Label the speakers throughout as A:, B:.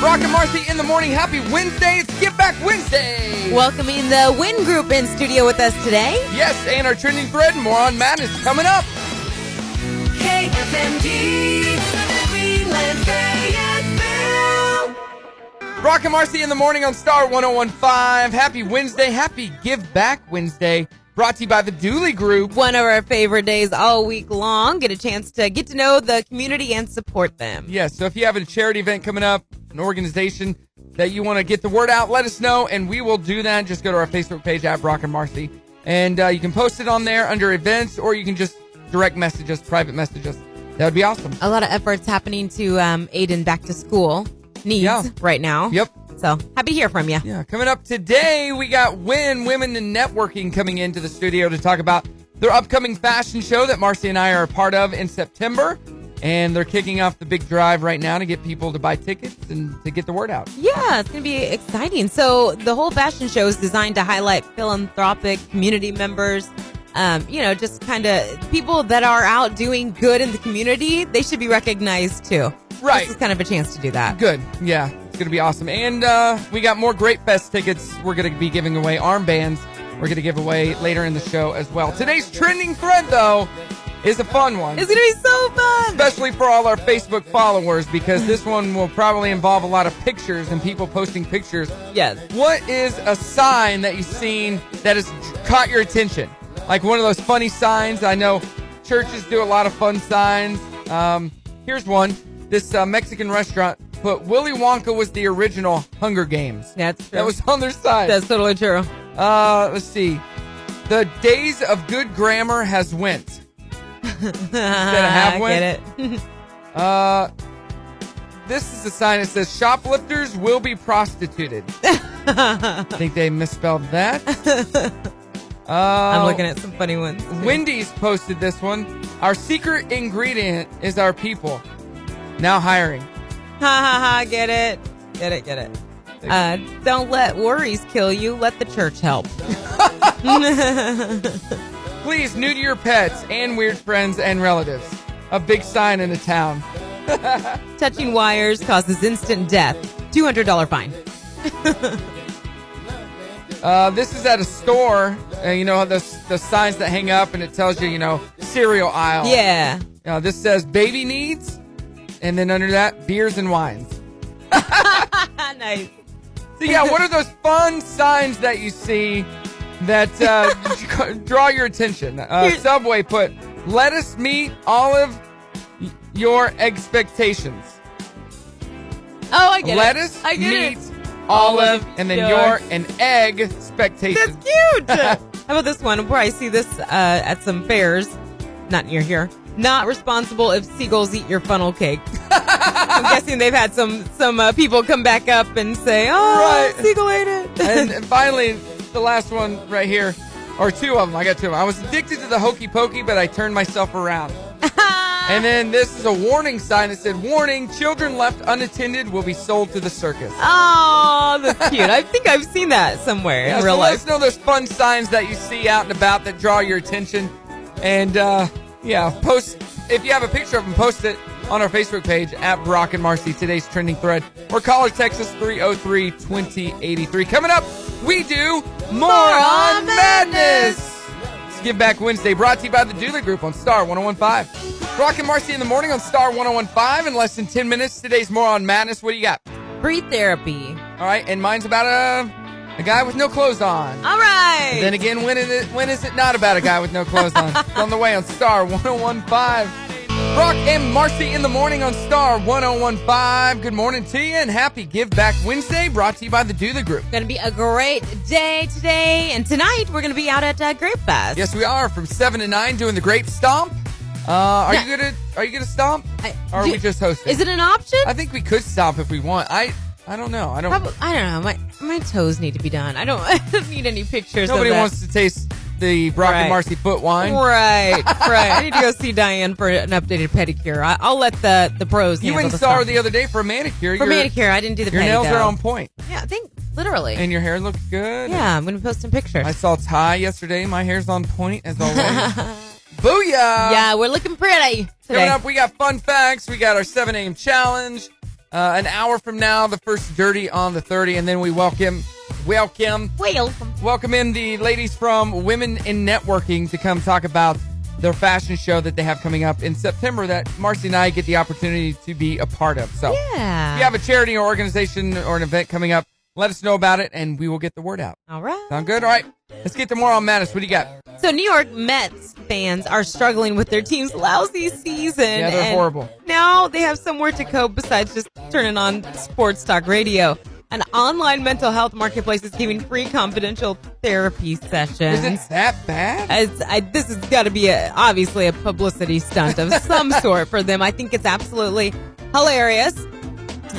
A: Rock and Marcy in the morning. Happy Wednesday. It's Get Back Wednesday.
B: Welcoming the Win Group in studio with us today.
A: Yes, and our trending thread, more on madness coming up.
C: KFMG, Greenland, Fayetteville.
A: Rock and Marcy in the morning on Star 1015. Happy Wednesday. Happy Give Back Wednesday. Brought to you by the Dooley Group.
B: One of our favorite days all week long. Get a chance to get to know the community and support them.
A: Yes, so if you have a charity event coming up, an organization that you want to get the word out, let us know, and we will do that. Just go to our Facebook page at Brock and Marcy, and uh, you can post it on there under events, or you can just direct message us, private message us. That would be awesome.
B: A lot of efforts happening to um, aid in back to school needs
A: Yeah.
B: right now.
A: Yep.
B: So happy to hear from you.
A: Yeah, coming up today, we got Win Women in Networking coming into the studio to talk about their upcoming fashion show that Marcy and I are a part of in September. And they're kicking off the big drive right now to get people to buy tickets and to get the word out.
B: Yeah, it's going to be exciting. So, the whole fashion show is designed to highlight philanthropic community members. Um, you know, just kind of people that are out doing good in the community, they should be recognized too.
A: Right.
B: This is kind of a chance to do that.
A: Good. Yeah, it's going to be awesome. And uh, we got more Great Fest tickets. We're going to be giving away armbands. We're going to give away later in the show as well. Today's trending thread, though, is a fun one.
B: It's going to be so fun.
A: Especially for all our Facebook followers, because this one will probably involve a lot of pictures and people posting pictures.
B: Yes.
A: What is a sign that you've seen that has caught your attention? Like one of those funny signs. I know churches do a lot of fun signs. Um, here's one. This uh, Mexican restaurant put Willy Wonka was the original Hunger Games.
B: That's true.
A: That was on their side.
B: That's totally true.
A: Uh, let's see. The days of good grammar has went. half win?
B: Get it?
A: Uh, this is a sign that says shoplifters will be prostituted. I think they misspelled that. Uh,
B: I'm looking at some funny ones.
A: Wendy's posted this one. Our secret ingredient is our people. Now hiring.
B: Ha ha ha! Get it? Get it? Get it? Uh, don't let worries kill you. Let the church help.
A: Please, new to your pets and weird friends and relatives. A big sign in the town.
B: Touching wires causes instant death. Two hundred dollar fine.
A: Uh, this is at a store. Uh, you know the the signs that hang up and it tells you, you know, cereal aisle.
B: Yeah.
A: Uh, this says baby needs, and then under that, beers and wines.
B: Ah, nice.
A: So yeah, what are those fun signs that you see that uh, draw your attention? Uh,
B: Here-
A: Subway put lettuce meet all of y- your expectations.
B: Oh, I get
A: Lettuce
B: it. I get
A: meat,
B: it.
A: olive, and then your
B: your-
A: an egg expectations.
B: That's cute. How about this one? Where I see this uh, at some fairs, not near here. Not responsible if seagulls eat your funnel cake. I'm guessing they've had some some uh, people come back up and say, "Oh,
A: Right.
B: seagull ate it."
A: and and finally, the last one right here, or two of them. I got two of them. I was addicted to the hokey pokey, but I turned myself around. And then this is a warning sign that said, "Warning: Children left unattended will be sold to the circus."
B: oh, that's cute. I think I've seen that somewhere
A: Yeah,
B: in
A: so
B: real
A: let us
B: life.
A: know those fun signs that you see out and about that draw your attention, and uh, yeah, post if you have a picture of them, post it on our Facebook page at Brock and Marcy. Today's trending thread, or call or text us 303-2083. Coming up, we do more on
B: on
A: madness. It's Give Back Wednesday, brought to you by the Dooley Group on Star 1015. Brock and Marcy in the morning on Star 1015 in less than 10 minutes. Today's more on madness. What do you got?
B: Free therapy.
A: All right, and mine's about uh, a, a guy with no clothes on.
B: All right.
A: Then again, when is it, when is it not about a guy with no clothes on? it's on the way on Star 1015. Brock and Marcy in the morning on Star 1015. Good morning to you and happy Give Back Wednesday brought to you by the Do The Group.
B: Going to be a great day today and tonight. We're going to be out at uh, Grape Fest.
A: Yes, we are from 7 to 9 doing the Grape Stomp. Uh, are you gonna are you gonna stomp?
B: I-
A: or are
B: do-
A: we just hosting?
B: Is it an option?
A: I think we could stomp if we want. I I don't know. I don't
B: Probably, I don't know. My my toes need to be done. I don't, I don't need any pictures.
A: nobody
B: of that.
A: wants to taste the Brock and
B: Right.
A: Marcy foot wine.
B: Right, right. I need to go see Diane for an updated pedicure. I, I'll let the the pros.
A: You
B: handle
A: went and
B: the
A: saw her
B: stuff.
A: the other day for a manicure.
B: for
A: Your-
B: manicure. I didn't do the
A: Your
B: pedi,
A: nails are
B: though.
A: on point.
B: Yeah, I think literally.
A: And your hair looks good.
B: yeah, I'm gonna post some pictures.
A: I saw Ty yesterday. My hair's on point as always. Booyah!
B: yeah, we're looking pretty today.
A: Coming up, we got fun facts. We got our 7 a.m. challenge. Uh, an hour from now, the first dirty on the 30, and then we welcome, welcome,
B: Welcome.
A: welcome in the ladies from Women in Networking to come talk about their fashion show that they have coming up in September that Marcy and I get the opportunity to be a part of. So
B: Yeah.
A: if you have a charity or organization or an event coming up, let us know about it and we will get the word out.
B: All right.
A: Sound good? All right. Let's get to more on Mattis. What do you got?
B: So New York Mets fans are struggling with their team's lousy season.
A: Yeah, they're
B: and
A: horrible.
B: Now they have somewhere to cope besides just turning on sports talk radio. An online mental health marketplace is giving free confidential therapy sessions.
A: Is it that bad?
B: As I, this has got to be a, obviously a publicity stunt of some sort for them. I think it's absolutely hilarious.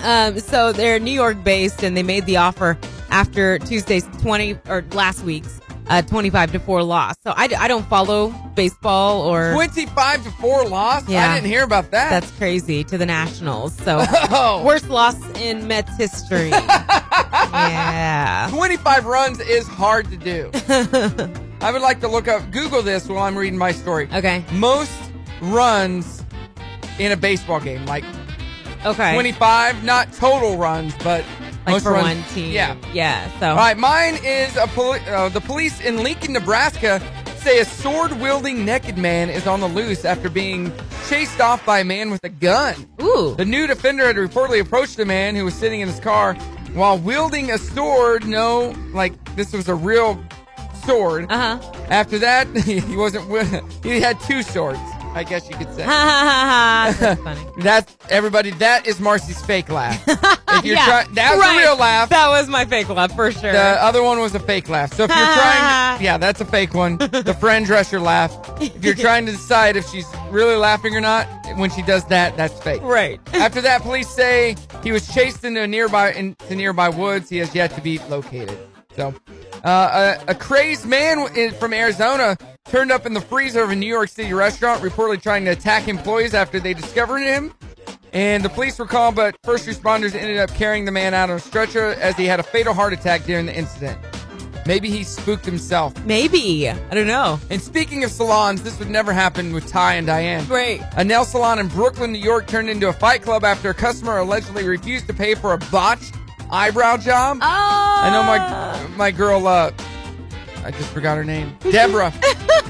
B: Um, so they're New York based, and they made the offer after Tuesday's twenty or last week's uh, twenty-five to four loss. So I, I don't follow baseball or
A: 25 to 4 loss? I
B: Yeah.
A: didn't hear about that.
B: that's crazy to the Nationals. So
A: Oh.
B: worst loss in Mets history. yeah.
A: 25 runs is hard to do. I would like to look up, Google this while I'm reading my story.
B: Okay.
A: Most runs in a baseball game, like
B: Okay.
A: 25, not total runs, but
B: like
A: most
B: for
A: runs.
B: one team.
A: Yeah.
B: Yeah. So
A: All right, mine is a poli- uh, the police in Lincoln, Nebraska say a sword wielding naked man is on the loose after being chased off by a man with a gun.
B: ooh.
A: The nude offender had reportedly approached a man who was sitting in his car while wielding a sword. No, like this was a real sword.
B: Uh huh.
A: After that, he wasn't. wi- He had two swords, I guess you could say.
B: Ha ha ha ha. That's funny.
A: That's everybody. That is Marcy's fake laugh. If you're try- that was
B: right.
A: a real laugh.
B: That was my fake laugh for sure.
A: The other one was a fake laugh. So if you're trying, yeah, that's a fake one. The friend dresser laugh. If you're trying to decide if she's really laughing or not, when she does that, that's fake.
B: right.
A: After that, police say he was chased into nearby into nearby woods. He has yet to be located. So, uh, a, a crazed man in, from Arizona turned up in the freezer of a New York City restaurant, reportedly trying to attack employees after they discovered him. And the police were called, but first responders ended up carrying the man out on a stretcher as he had a fatal heart attack during the incident. Maybe he spooked himself.
B: Maybe. I don't know.
A: And speaking of salons, this would never happen with Ty and Diane.
B: Great.
A: A nail salon in Brooklyn, New York turned into a fight club after a customer allegedly refused to pay for a botched eyebrow job.
B: Oh. I
A: I know
B: Ah.
A: my my girl uh I just forgot her name. Deborah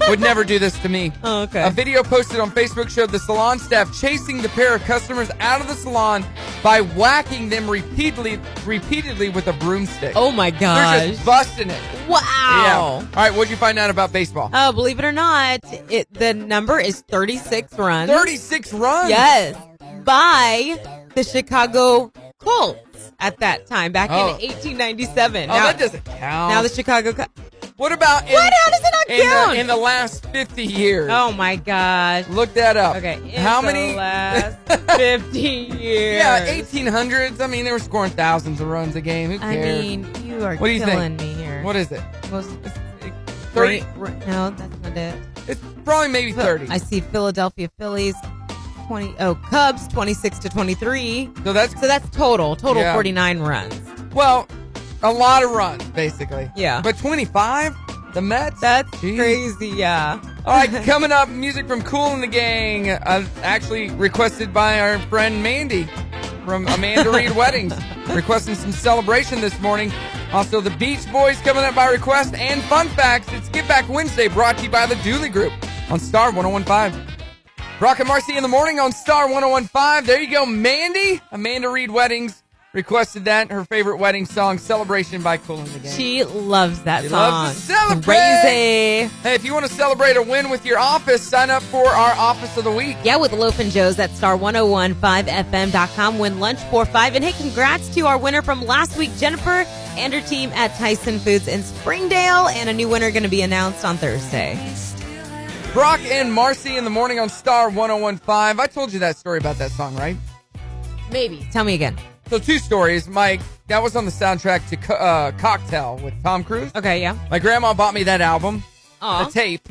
A: would never do this to me.
B: Oh, okay.
A: A video posted on Facebook showed the salon staff chasing the pair of customers out of the salon by whacking them repeatedly repeatedly with a broomstick.
B: oh my
A: They're
B: gosh.
A: just busting it.
B: wow.
A: All right, what'd you find out about baseball?
B: Oh, believe it or not, it the number is 36 runs.
A: 36 runs.
B: Yes. By the Chicago Colts at that time, back
A: Oh.
B: in 1897.
A: Oh,
B: now,
A: that doesn't count.
B: now the Chicago Col-
A: What about in,
B: What? How does it not
A: in
B: count?
A: The, in the last 50 years?
B: Oh my gosh.
A: Look that up.
B: Okay. in
A: How
B: the
A: many?
B: last 50 years.
A: yeah, 1800s. I mean, they were scoring thousands of runs a game. Who
B: I
A: cares?
B: mean, you are
A: What do you
B: killing
A: think?
B: me here.
A: what is it?
B: Most-
A: 30?
B: Ra- ra- No, that's not it.
A: It's probably maybe 30.
B: I see Philadelphia Phillies, twenty. Oh, Cubs, twenty-six to twenty-three.
A: So that's
B: So that's total. Total
A: Yeah.
B: forty-nine runs.
A: well, a lot of runs basically.
B: Yeah.
A: But 25. The Mets.
B: That's
A: Jeez.
B: crazy. Yeah.
A: All right, coming up, music from Cool and the Gang, uh, actually requested by our friend Mandy from Amanda Reed Weddings, requesting some celebration this morning. Also, the Beach Boys coming up by request and fun facts. It's Get Back Wednesday, brought to you by the Dooley Group on Star 1015. Brock and Marcy in the morning on Star 1015. There you go, Mandy. Amanda Reed Weddings requested that, her favorite wedding song, Celebration by Cool and the Gang.
B: She loves that
A: She
B: song.
A: loves to celebrate.
B: Crazy.
A: Hey, if you want to celebrate a win with your office, sign up for our Office of the Week.
B: Yeah, with Loaf and Joe's at star1015fm.com. Win lunch for five. And hey, congrats to our winner from last week, Jennifer, and her team at Tyson Foods in Springdale. And a new winner going to be announced on Thursday.
A: Brock and Marcy in the morning on Star 1015. I told you that story about that song, right?
B: Maybe. Tell me again.
A: So, two stories. My, that was on the soundtrack to Co- uh, Cocktail with Tom Cruise.
B: Okay, yeah.
A: My grandma bought me that album,
B: Aw.
A: the tape,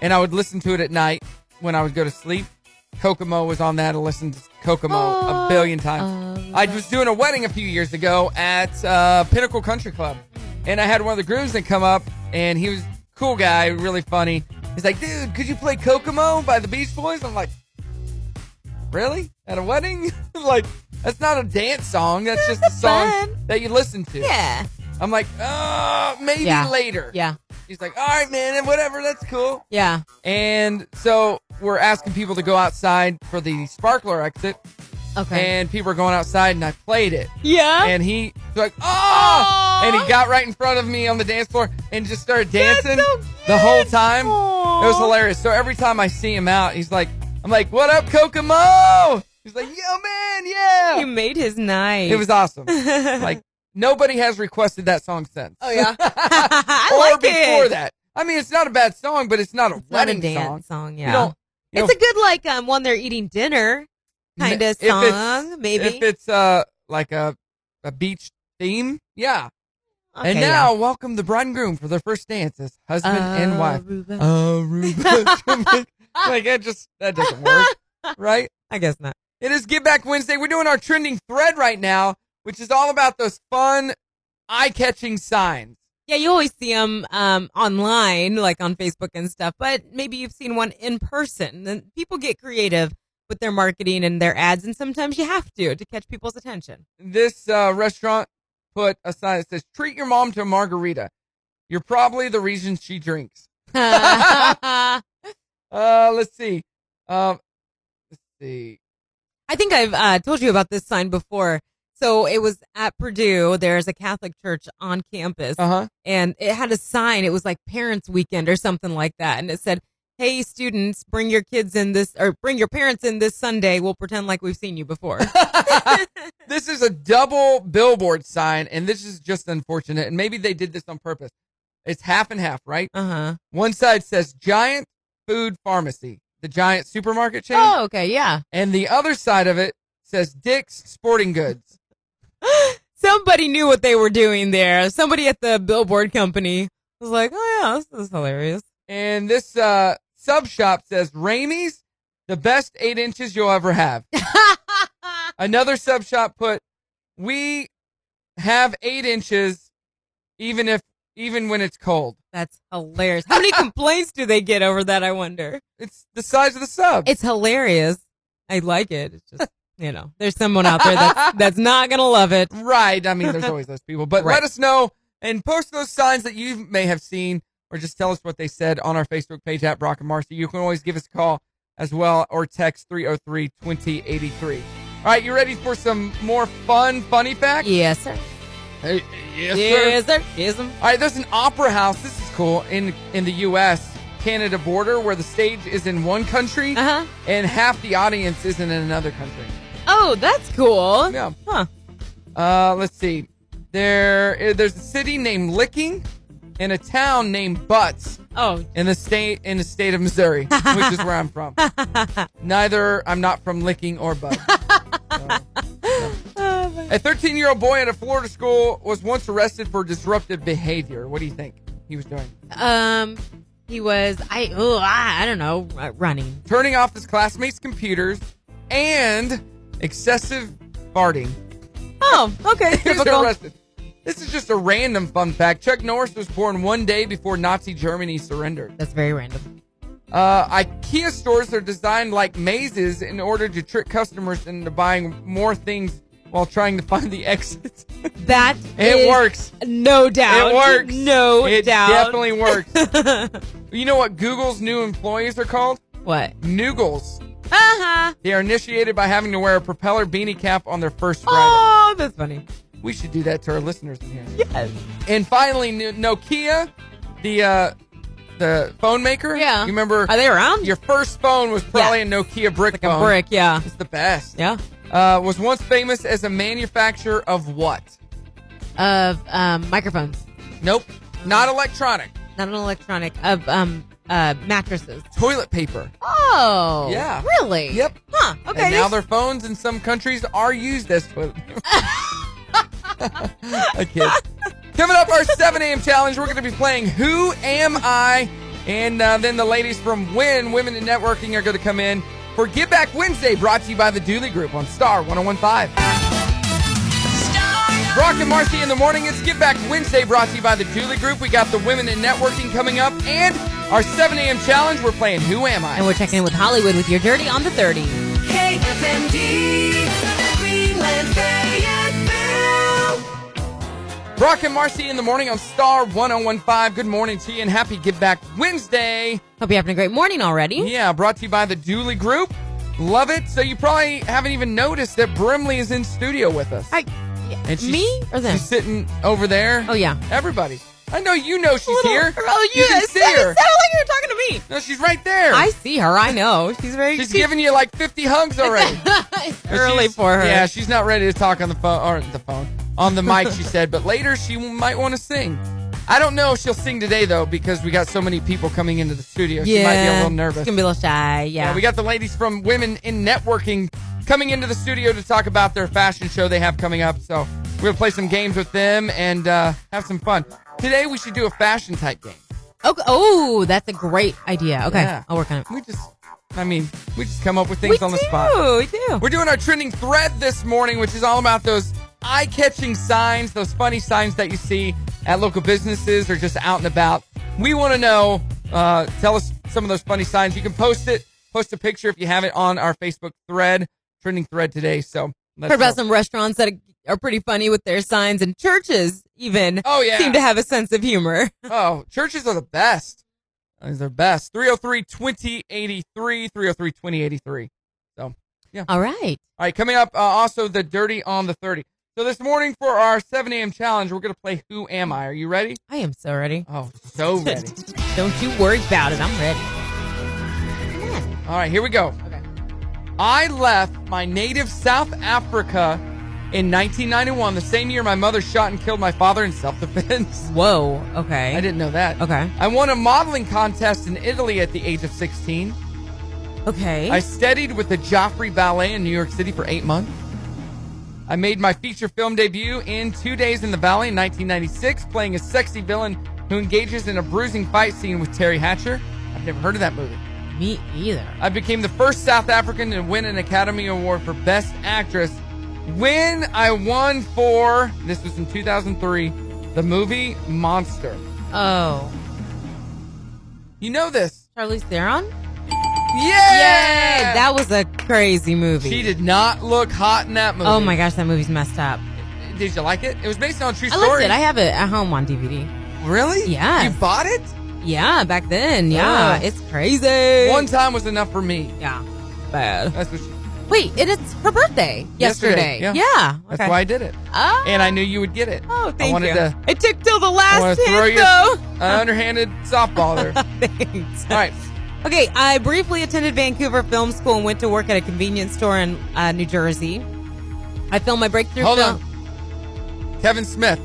A: and I would listen to it at night when I would go to sleep. Kokomo was on that. I listened to Kokomo a
B: Oh,
A: billion times.
B: um,
A: I was doing a wedding a few years ago at uh, Pinnacle Country Club, and I had one of the groomsmen come up, and he was a cool guy, really funny. He's like, "Dude, could you play Kokomo by the Beach Boys?" I'm like, "Really? At a wedding? like, That's not a dance song. That's just a song
B: Fun.
A: that you listen to.
B: Yeah.
A: I'm like, uh, maybe
B: Yeah.
A: later.
B: Yeah.
A: He's like, all right, man, and whatever. That's cool.
B: Yeah.
A: And so we're asking people to go outside for the sparkler exit,
B: Okay.
A: and people are going outside, and I played it,
B: yeah.
A: and he was like, oh,
B: Aw.
A: and he got right in front of me on the dance floor and just started
B: That's
A: dancing
B: so
A: the whole
B: cute.
A: time.
B: Aw.
A: It was hilarious. So every time I see him out, he's like, I'm like, what up, Kokomo? He's like, yo, man,
B: You
A: yeah.
B: made his night.
A: It was awesome. like nobody has requested that song since.
B: Oh yeah. I
A: or
B: like
A: before
B: it.
A: that. I mean, it's not a bad song, but it's not a
B: Not a
A: wedding
B: dance
A: song.
B: song.
A: You
B: yeah.
A: don't- you
B: it's
A: know,
B: a good like um one they're eating dinner kind of
A: if it's-
B: song maybe.
A: If it's uh like a a beach theme, yeah.
B: Okay,
A: and now, welcome the bride and groom for their first dance as
B: yeah.
A: husband and wife.
B: Aruba.
A: Aruba. like that just that doesn't work, right?
B: I guess not.
A: It is Get Back Wednesday. We're doing our trending thread right now, which is all about those fun, eye-catching signs.
B: Yeah, you always see them um, online, like on Facebook and stuff, but maybe you've seen one in person. And people get creative with their marketing and their ads, and sometimes you have to to catch people's attention.
A: This uh, restaurant put a sign that says "Treat your mom to a margarita." You're probably the reason she drinks.
B: I
A: Uh, let's see. Um, let's see.
B: think I've uh, told you about this sign before. So it was at Purdue. There's a Catholic church on campus,
A: Uh huh.
B: and it had a sign. It was like Parents Weekend or something like that, and it said, "Hey, students, bring your kids in this, or bring your parents in this Sunday. We'll pretend like we've seen you before."
A: This is a double billboard sign, and this is just unfortunate. And maybe they did this on purpose. It's half and half, right?
B: uh huh.
A: One side says Giant Food Pharmacy, the giant supermarket chain,
B: Oh, okay, yeah.
A: and the other side of it says Dick's Sporting Goods.
B: somebody knew what they were doing there. Somebody at the billboard company was like, "Oh yeah, this is hilarious."
A: And this uh, sub shop says Ramey's, the best eight inches you'll ever have. Another sub shop put, we have eight inches, even if even when it's cold.
B: That's hilarious. How many complaints do they get over that? I wonder.
A: It's the size of the sub.
B: It's hilarious. I like it. It's just you know, there's someone out there that's that's not gonna love it.
A: Right. I mean, there's always those people. But
B: Right.
A: let us know and post those signs that you may have seen or just tell us what they said on our Facebook page at Brock and Marcy. You can always give us a call as well or text 303 2083. All right, you ready for some more fun, funny facts?
B: Yes, sir.
A: Hey, yes,
B: Yes, sir. Yes, sir.
A: All right, there's an opera house. This is cool in in the U.S. Canada border where the stage is in one country
B: Uh huh.
A: and half the audience isn't in another country.
B: Oh, that's cool.
A: Yeah.
B: Huh.
A: Uh, let's see. There, eh, there's a city named Licking and a town named Butts
B: Oh.
A: in the state in the state of Missouri, which is where I'm from. Neither I'm not from Licking or Butts.
B: Oh, my-
A: A 13 year old boy at a Florida school was once arrested for disruptive behavior. What do you think he was doing?
B: Um, he was I oh I, I don't know uh, running.
A: Turning off his classmates' computers and excessive farting.
B: Oh, okay.
A: He was
B: Typical.
A: arrested. This is just a random fun fact. Chuck Norris was born one day before Nazi Germany surrendered.
B: That's very random.
A: Uh, IKEA stores are designed like mazes in order to trick customers into buying more things while trying to find the exit.
B: That
A: It
B: is-
A: works.
B: No doubt.
A: It works.
B: No
A: it
B: doubt.
A: definitely works.
B: definitely.
A: you know what Google's new employees are called?
B: what?
A: Noogles.
B: Uh huh.
A: They are initiated by having to wear a propeller beanie cap on their first ride.
B: Oh, that's funny.
A: We should do that to our listeners in here.
B: Yes.
A: And finally, N- Nokia, the uh, the phone maker.
B: Yeah.
A: You remember
B: Are they around?
A: your first phone was probably a Nokia brick
B: like a
A: phone.
B: brick. Yeah.
A: It's the best.
B: Yeah.
A: uh, was once famous as a manufacturer of what?
B: Of um, microphones,
A: Nope. Not electronic.
B: not an electronic. Of um, uh, mattresses.
A: Toilet paper.
B: Oh.
A: Yeah.
B: Really?
A: Yep.
B: Huh. Okay.
A: And now their phones in some countries are used as toilet paper. a kid. Coming up, our 7 a.m. challenge, we're going to be playing Who Am I? And uh, then the ladies from Win Women in Networking are going to come in for Get Back Wednesday, brought to you by the Dooley Group on Star 1015.
C: Star
A: Brock and Marcy in the morning. It's Give Back Wednesday brought to you by the Dooley Group. We got the Women in Networking coming up and our 7 a.m. challenge. We're playing Who Am I?
B: and we're checking in with Hollywood with your dirty on the thirty.
C: KFMD Greenland
A: Brock and Marcy in the morning on Star 1015. Good morning to you and happy Give Back Wednesday.
B: Hope you're having a great morning already.
A: Yeah, brought to you by the Dooley Group. Love it. So you probably haven't even noticed that Brimley is in studio with us.
B: I,
A: And she's-
B: me or them?
A: She's sitting over there.
B: Oh, yeah.
A: Everybody. I know you know she's
B: Little-
A: here.
B: Oh,
A: you
B: yeah.
A: can
B: It
A: see
B: sounded
A: her.
B: sounded like you were talking to me.
A: No, she's right there.
B: I see her. I know. She's very
A: she's giving you like 50 hugs already.
B: it's
A: But
B: early
A: she's-
B: for her.
A: Yeah, she's not ready to talk on the phone or the phone on the mic. she said, but later she might want to sing. I don't know if she'll sing today though because we got so many people coming into the studio. She might be a little nervous.
B: She's gonna be a little shy. Yeah.
A: Yeah, we got the ladies from Women in Networking coming into the studio to talk about their fashion show they have coming up. So we're gonna play some games with them and uh, have some fun. Today we should do a fashion type game.
B: okay. Oh, that's a great idea. Okay,
A: Yeah.
B: I'll work on it.
A: We just, I mean, we just come up with things
B: we
A: on the
B: do.
A: spot.
B: We do.
A: We're doing our trending thread this morning, which is all about those eye catching signs, those funny signs that you see at local businesses or just out and about. We want to know, uh, tell us some of those funny signs. You can post it, post a picture if you have it on our Facebook thread, trending thread today. So let's
B: Heard about
A: go.
B: some restaurants that are pretty funny with their signs, and churches even
A: Oh, yeah.
B: seem to have a sense of humor.
A: Oh, churches are the best. They're the best. 303 2083, 303 2083.
B: All right.
A: All right, coming up, uh, also the dirty on the 30. So this morning for our 7 a.m. challenge, we're going to play Who Am I? Are you ready?
B: I am so ready.
A: Oh, so ready.
B: Don't you worry about it. I'm ready.
A: All right, here we go.
B: Okay.
A: I left my native South Africa in 1991, the same year my mother shot and killed my father in self defense.
B: Whoa. Okay.
A: I didn't know that.
B: Okay.
A: I won a modeling contest in Italy at the age of 16.
B: Okay.
A: I studied with the Joffrey Ballet in New York City for eight months. I made my feature film debut in Two Days in the Valley in 1996, playing a sexy villain who engages in a bruising fight scene with Terry Hatcher. I've never heard of that movie.
B: Me either.
A: I became the first South African to win an Academy Award for Best Actress when I won for, this was in 2003, the movie Monster.
B: Oh.
A: You know this.
B: Charlize Theron?
A: Yeah!
B: Yay! That was a crazy movie.
A: she did not look hot in that movie.
B: Oh my gosh, that movie's messed up.
A: Did you like it? It was based on a true
B: I
A: story.
B: liked it. I have it at home on DVD.
A: Really?
B: Yes.
A: You bought it?
B: Yeah, back then. Yeah,
A: Yeah.
B: it's crazy.
A: One time was enough for me.
B: Yeah, bad.
A: That's what she,
B: Wait, and it's her birthday yesterday.
A: Yesterday, yeah.
B: okay.
A: That's why I did it.
B: Oh,
A: And I knew you would get it.
B: oh,
A: I
B: thank
A: wanted
B: you.
A: to
B: it took till the
A: I
B: last
A: wanted to throw
B: hint,
A: you
B: though.
A: an underhanded softball there.
B: Thanks.
A: All right.
B: Okay, I briefly attended Vancouver Film School and went to work at a convenience store in uh, New Jersey. I filmed my breakthrough
A: Hold
B: film.
A: on. Kevin Smith.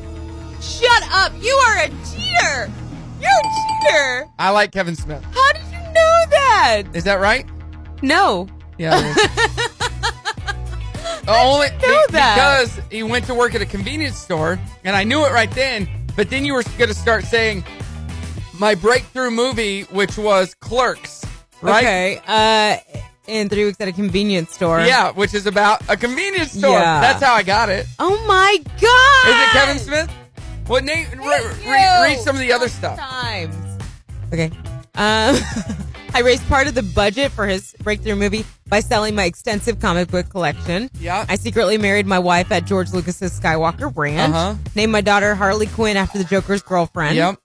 B: Shut up! You are a cheater. You're a cheater.
A: I like Kevin Smith.
B: How did you know that?
A: Is that right?
B: No.
A: Yeah. it is. Only
B: know
A: be-
B: that?
A: because he went to work at a convenience store, and I knew it right then. But then you were going to start saying my breakthrough movie, which was Clerks, right?
B: Okay. Uh, in three weeks at a convenience store.
A: Yeah, which is about a convenience store.
B: Yeah.
A: That's how I got it. Is
B: Oh my god!
A: it Kevin Smith? What name? Re-
B: Thank
A: re-
B: you.
A: read some of the other stuff.
B: Times. Okay. Um, I raised part of the budget for his breakthrough movie by selling my extensive comic book collection.
A: Yeah.
B: I secretly married my wife at George Lucas's Skywalker Ranch.
A: Uh-huh.
B: Named my daughter Harley Quinn after the Joker's girlfriend.
A: Yep.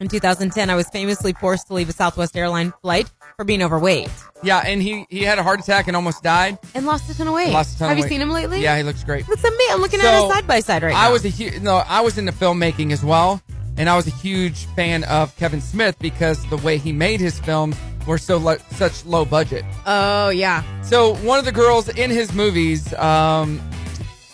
B: In 2010, I was famously forced to leave a Southwest airline flight for being overweight
A: Yeah, and he he had a heart attack and almost died.
B: and lost a ton of weight.
A: Lost a ton of
B: Have you
A: weight.
B: seen him lately?
A: Yeah, he looks great.
B: That's amazing. I'm looking at
A: So,
B: it side by side right now.
A: I was a huge no, I was into filmmaking as well, and I was a huge fan of Kevin Smith because the way he made his films were so lo- such low budget.
B: Oh yeah.
A: So one of the girls in his movies, um,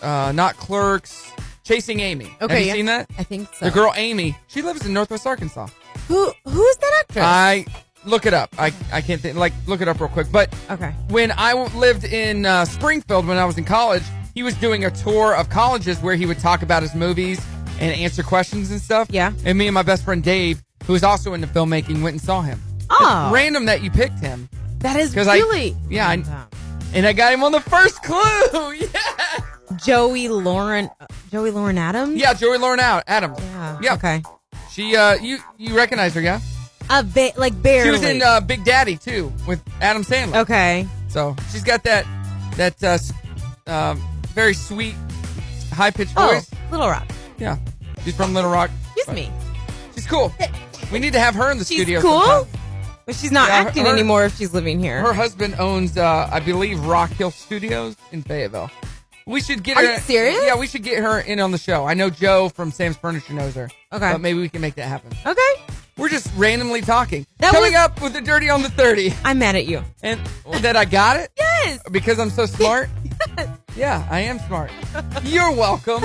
A: uh, not Clerks, Chasing Amy.
B: Okay.
A: Have you
B: yeah.
A: seen that?
B: I think so.
A: The girl Amy, she lives in Northwest Arkansas.
B: Who who's that actress?
A: I look it up. I, I can't think. Like look it up real quick. But
B: okay.
A: when I w- lived in uh, Springfield when I was in college, he was doing a tour of colleges where he would talk about his movies and answer questions and stuff.
B: Yeah.
A: And me and my best friend Dave, who is also into filmmaking, went and saw him.
B: Oh.
A: It's random that you picked him,
B: That is
A: 'Cause I-
B: really
A: yeah, I-
B: Wow.
A: and I got him on the first clue. yeah.
B: Joey Lauren uh, Joey Lauren Adams.
A: Yeah, Joey Lauren out Adam.
B: Oh, Yeah.
A: Yeah.
B: Okay.
A: She uh you you recognize her, yeah?
B: A ba- like barely.
A: She was in uh, Big Daddy too with Adam Sandler.
B: okay.
A: So she's got that that uh, s- um very sweet high pitched
B: Oh,
A: voice.
B: Little Rock.
A: Yeah. She's from Little Rock.
B: Excuse me.
A: She's cool. We need to have her in the
B: She's
A: studio.
B: cool,
A: sometime.
B: but she's not
A: Yeah, her-
B: acting
A: her-
B: anymore if she's living here.
A: Her husband owns, uh, I believe, Rock Hill Studios in Fayetteville. We should get
B: Are
A: her.
B: you serious?
A: Yeah, we should get her in on the show. I know Joe from Sam's Furniture knows her.
B: Okay.
A: But maybe we can make that happen.
B: okay,
A: We're just randomly talking.
B: That
A: Coming
B: was-
A: up with the dirty on the 30.
B: I'm mad at you.
A: And that I got it?
B: Yes.
A: Because I'm so smart? yeah, I am smart. You're welcome.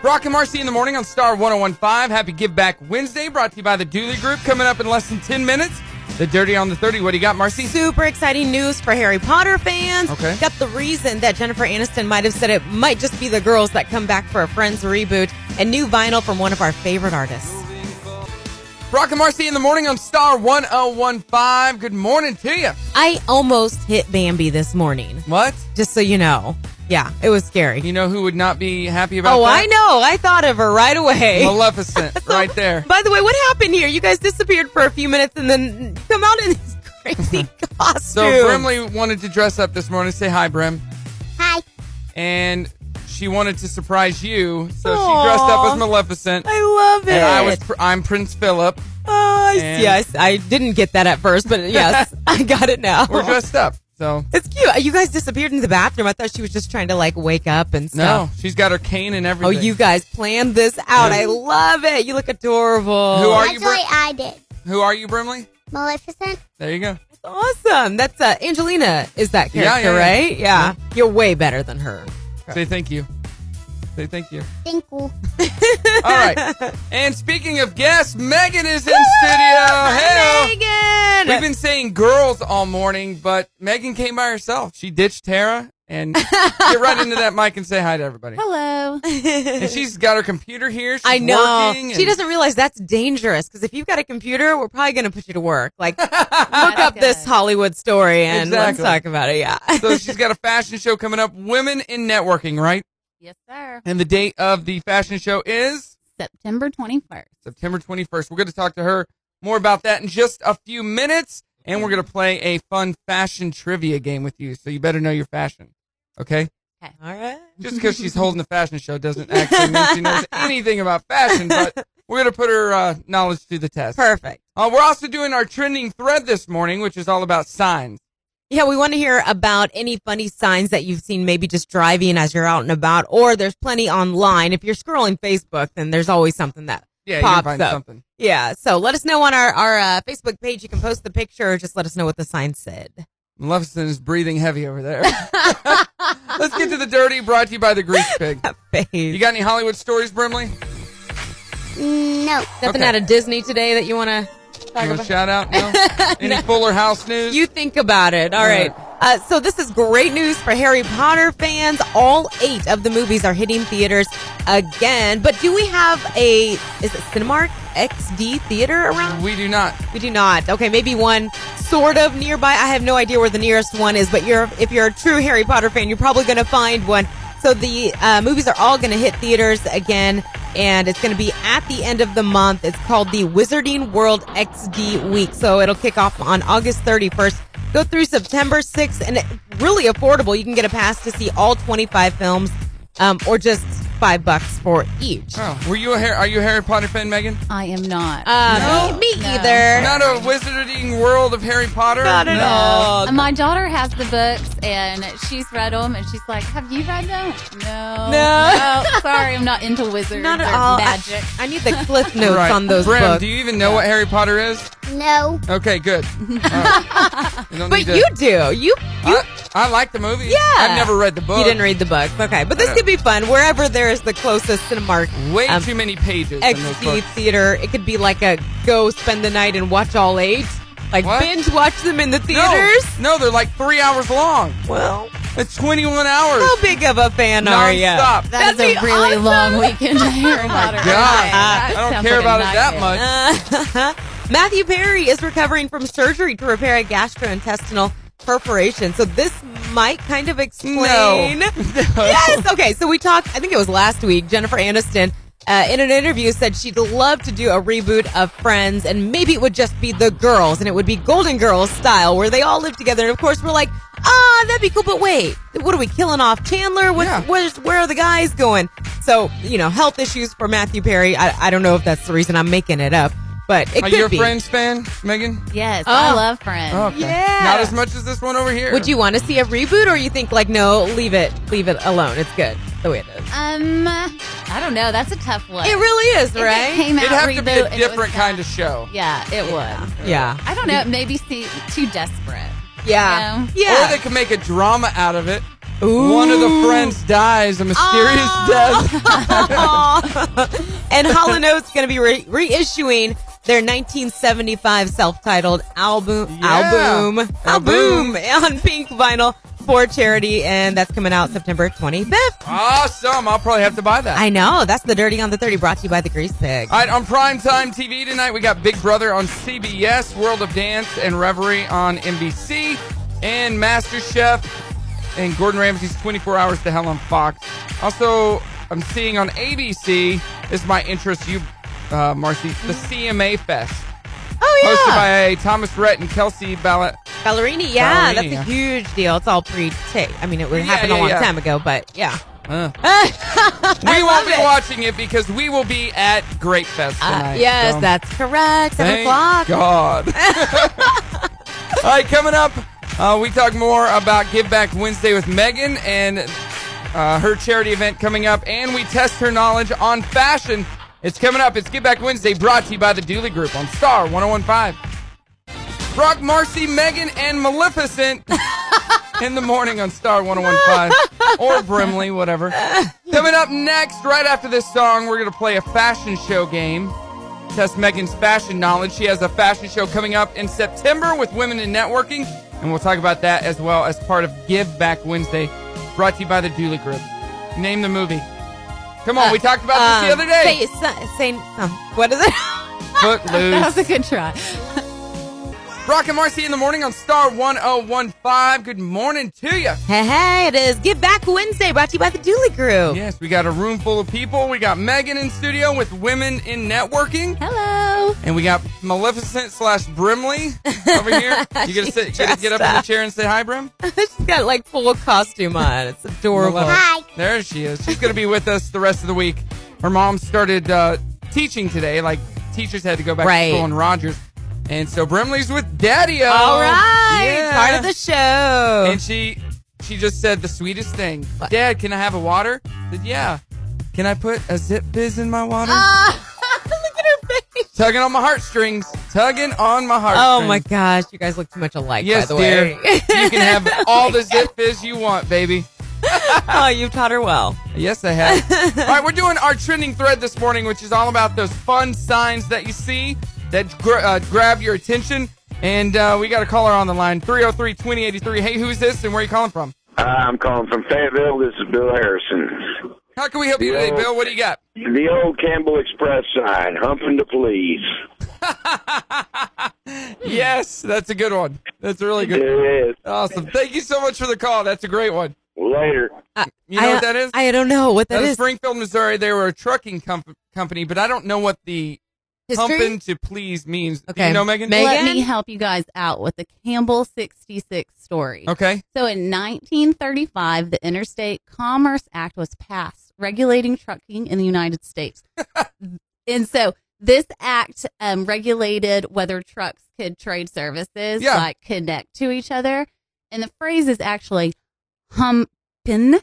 A: Brock and Marcy in the morning on Star 1015. Happy Give Back Wednesday, brought to you by the Dooley Group. Coming up in less than 10 minutes, the Dirty on the 30. What do you got, Marcy?
B: Super exciting news for Harry Potter fans.
A: Okay.
B: Got the reason that Jennifer Aniston might have said it might just be the girls that come back for a Friends reboot and new vinyl from one of our favorite artists.
A: Brock and Marcy in the morning on Star 1015. Good morning to you.
B: I almost hit Bambi this morning,
A: What?
B: just so you know. Yeah, it was scary.
A: You know who would not be happy about
B: Oh,
A: that?
B: I know. I thought of her right away.
A: Maleficent, right there.
B: By the way, what happened here? You guys disappeared for a few minutes and then come out in this crazy costume.
A: So Brimley wanted to dress up this morning. Say hi, Brim.
B: Hi.
A: And she wanted to surprise you, so
B: Aw.
A: she dressed up as Maleficent.
B: I love it.
A: And I was pr- I'm Prince Philip.
B: Oh, I
A: And-
B: see. Yes, I didn't get that at first, but yes, I got it now.
A: We're dressed up. So
B: It's cute. You guys disappeared into the bathroom. I thought she was just trying to like wake up and
A: no,
B: stuff.
A: she's got her cane and
B: Oh,
A: everything.
B: you guys planned this out. I love it. You look adorable.
A: Who are you,
D: Actually,
A: Brim?
D: I did.
A: Who are you, Brimley?
D: Maleficent.
A: There you go.
B: That's awesome. That's uh, Angelina is that
A: Yeah, yeah,
B: character,
A: yeah.
B: right? Yeah. You're way better than her.
A: Say thank you. Say thank you.
D: Dinkle.
A: All right. And speaking of guests, Megan is in studio. Hey.
B: Megan!
A: We've been saying girls all morning, but Megan came by herself. She ditched Tara and get right into that mic and say hi to everybody.
D: Hello.
A: And she's got her computer here. She's
B: I know.
A: Working
B: She
A: and-
B: doesn't realize that's dangerous because if you've got a computer, we're probably going to put you to work. Like, look up this Hollywood story and
A: Exactly.
B: let's talk about it. Yeah.
A: so she's got a fashion show coming up, Women in Networking, right?
E: Yes, sir.
A: And the date of the fashion show is
E: September 21st.
A: September 21st. We're going to talk to her more about that in just a few minutes. And we're going to play a fun fashion trivia game with you. So you better know your fashion. Okay?
B: All right.
A: Just because she's holding the fashion show doesn't actually mean she knows anything about fashion, but we're going to put her uh, knowledge to the test.
B: Perfect.
A: Uh, we're also doing our trending thread this morning, which is all about signs.
B: Yeah, we want to hear about any funny signs that you've seen, maybe just driving as you're out and about, or there's plenty online. If you're scrolling Facebook, then there's always something that
A: Yeah, you can
B: pops
A: find
B: up.
A: something.
B: Yeah, so let us know on our our uh, Facebook page. You can post the picture, or just let us know what the sign said.
A: Maleficent is breathing heavy over there. Let's get to the dirty, brought to you by the Grease Pig.
B: That face.
A: You got any Hollywood stories, Brimley?
D: No.
B: Nothing
A: okay.
B: out of Disney today that you want to
A: You want a shout out? No? Any Fuller House news?
B: You think about it. All right. Uh, so this is great news for Harry Potter fans. All eight of the movies are hitting theaters again. But do we have a is it Cinemark XD theater around?
A: we do not.
B: We do not. Okay, maybe one sort of nearby. I have no idea where the nearest one is. But you're if you're a true Harry Potter fan, you're probably going to find one. So the uh, movies are all going to hit theaters again. And it's going to be at the end of the month. It's called the Wizarding World XD Week. So it'll kick off on August 31st go through September 6th, and it- really affordable. You can get a pass to see all 25 films, um, or just five bucks for each. Um,
A: Oh, were you a Harry, are you a Harry Potter fan, Megan?
E: I am not.
A: Uh,
B: me- Uh, me either.
A: Not a wizarding world of Harry Potter?
B: Not at all.
E: Uh, my daughter has the books and she's read them and she's like, Have you read them? No.
B: No.
E: no. Sorry, I'm not into wizards
B: Not at
E: or
B: all. I-
E: magic.
B: I, need the cliff notes
A: Right.
B: on those
A: Brim,
B: books.
A: do you even know what Harry Potter is?
D: No.
A: Okay, good. All right. You don't
B: but
A: need to-
B: you do. You
A: I, I like the movie. Yeah. I've never read the book. Uh,
B: you didn't read the books. Okay, but this could be fun. Wherever there is the closest Cinemark
A: Way
B: um,
A: too many pages. in those
B: XD
A: books.
B: theater, it could be like a go spend the night and watch all eight. Like
A: What?
B: binge watch them in the
A: No.
B: theaters.
A: No, they're like three hours long.
B: Well,
A: It's 21 hours.
B: how big of a fan are you?
A: Non-stop.
E: That
B: That'd
E: is a
B: be
E: really
B: awesome.
E: long weekend of Harry Potter.
A: Oh, God,
E: That
A: I don't
E: sounds
A: care
E: like a
A: about it that
E: nightmare.
A: much.
B: Uh, Matthew Perry is recovering from surgery to repair a gastrointestinal perforation. So this might kind of explain.
A: No.
B: Yes. Okay. So we talked. I think it was last week. Jennifer Aniston. Uh, in an interview said she'd love to do a reboot of friends and maybe it would just be the girls and it would be golden girls style where they all live together and of course we're like ah that'd be cool but wait what are we killing off chandler What's,
A: Yeah.
B: where's, where are the guys going So, you know, health issues for Matthew Perry. I, I don't know if that's the reason I'm making it up, but it
A: Are
B: could
A: you a
B: be.
A: Friends fan, Megan?
E: Yes, I
B: Oh.
E: love Friends.
A: Oh, okay.
B: Yeah.
A: Not as much as this one over here.
B: Would you want to see a reboot or you think like no, leave it, leave it alone. It's good the way it is.
E: Um, I don't know. That's a tough one.
B: It really is,
E: If it
B: right?
E: came out
A: It'd have to be
E: reboot
A: a
E: and it was
A: different kind
E: bad-
A: of show.
E: Yeah, it would.
B: yeah.
E: I don't know. Maybe see too desperate.
B: Yeah.
E: No.
A: Or they
B: Yeah.
A: could make a drama out of it.
B: Ooh.
A: One of the friends dies a mysterious death.
B: Aw. and Hollow Note's going to be re- reissuing their 1975 self-titled album album
A: Album.
B: album on pink vinyl for charity, and that's coming out September 25th.
A: Awesome. I'll probably have to buy that.
B: I know that's the Dirty on the 30, brought to you by the Grease Pig.
A: All right, on primetime TV tonight, we got Big Brother on CBS, World of Dance and Reverie on NBC, and MasterChef and Gordon Ramsay's 24 Hours to Hell on Fox. Also, I'm seeing on ABC, this might interest you, uh, Marcy, the CMA Fest,
B: oh yeah,
A: hosted by Thomas Rhett and Kelsey Ballant.
B: Ballerini. Yeah,
A: Ballerini, yeah.
B: that's a huge deal. It's all pre-tape. I mean, it would
A: Yeah,
B: happen
A: yeah,
B: a long
A: yeah.
B: time ago, but yeah.
A: Uh.
B: I
A: We won't
B: love
A: be
B: it.
A: watching it because we will be at Great Fest
B: Uh,
A: tonight.
B: yes,
A: so-
B: that's correct. Seven
A: Thank
B: o'clock.
A: God. All right, coming up, uh, we talk more about Give Back Wednesday with Megan and uh, her charity event coming up, and we test her knowledge on fashion. It's coming up. It's Give Back Wednesday, brought to you by the Dooley Group on Star 1015. Brock, Marcy, Megan, and Maleficent in the morning on Star 1015 or Brimley, whatever. Coming up next, right after this song, we're going to play a fashion show game. Test Megan's fashion knowledge. She has a fashion show coming up in September with Women in Networking, and we'll talk about that as well as part of Give Back Wednesday, brought to you by the Dooley Group. Name the movie. Come on, we talked about this the
B: Um,
A: other day.
B: Say, say um, what is it?
E: That
A: Footloose.
E: was a good try.
A: Brock and Marcy in the morning on Star 1015. Good morning to you.
B: Hey, hey, it is Give Back Wednesday brought to you by the Dooley Group.
A: Yes, we got a room full of people. We got Megan in studio with Women in Networking,
E: Hello.
A: and we got Maleficent slash Brimley over here. You gonna sit, gonna get up
B: uh,
A: in the chair and say hi, Brim? uh,
B: She's got like full costume on. It's adorable.
D: Hi.
A: There she is. She's gonna be with us the rest of the week. Her mom started uh, teaching today. Like teachers had to go back
B: Right.
A: to school in Rogers, and so Brimley's with Daddy.
B: All right.
A: Oh, yeah.
B: Part of the show.
A: And she she just said the sweetest thing. Dad, can I have a water? I said, yeah. Can I put a zip fizz in my
B: Oh,
A: water?
B: Look at her face.
A: Tugging on my heartstrings. Tugging on my
B: Oh
A: heartstrings.
B: my gosh, you guys look too much alike,
A: Yes,
B: by the
A: dear.
B: way.
A: you can have all the zip fizz you want, baby.
B: oh, you've taught her well.
A: Yes, I have. all right, we're doing our trending thread this morning, which is all about those fun signs that you see that gr- uh, grab your attention. And uh, we got a caller on the line, 303 2083. Hey, who's this and where are you calling from?
F: Hi, I'm calling from Fayetteville. This is Bill Harrison.
A: How can we help you today,
F: Yo.
A: Bill? What do you got?
F: The old Campbell Express sign, humping to please.
A: Yes, that's a good one. That's a really good
F: There it is.
A: Awesome. Thank you so much for the call. That's a great one.
F: Later.
A: You know
B: I,
A: what that is?
B: I don't know what
A: That
B: that
A: was
B: is.
A: Springfield, Missouri. They were a trucking com- company, but I don't know what the
B: History?
A: pumping to please means. Do
B: Okay.
A: you know, Megan?
B: Megan?
E: Let me help you guys out with the Campbell 66 story.
A: Okay.
E: So in 1935, the Interstate Commerce Act was passed, regulating trucking in the United States. and so this act um, regulated whether trucks could trade services,
A: Yeah.
E: like connect to each other. And the phrase is actually humpin,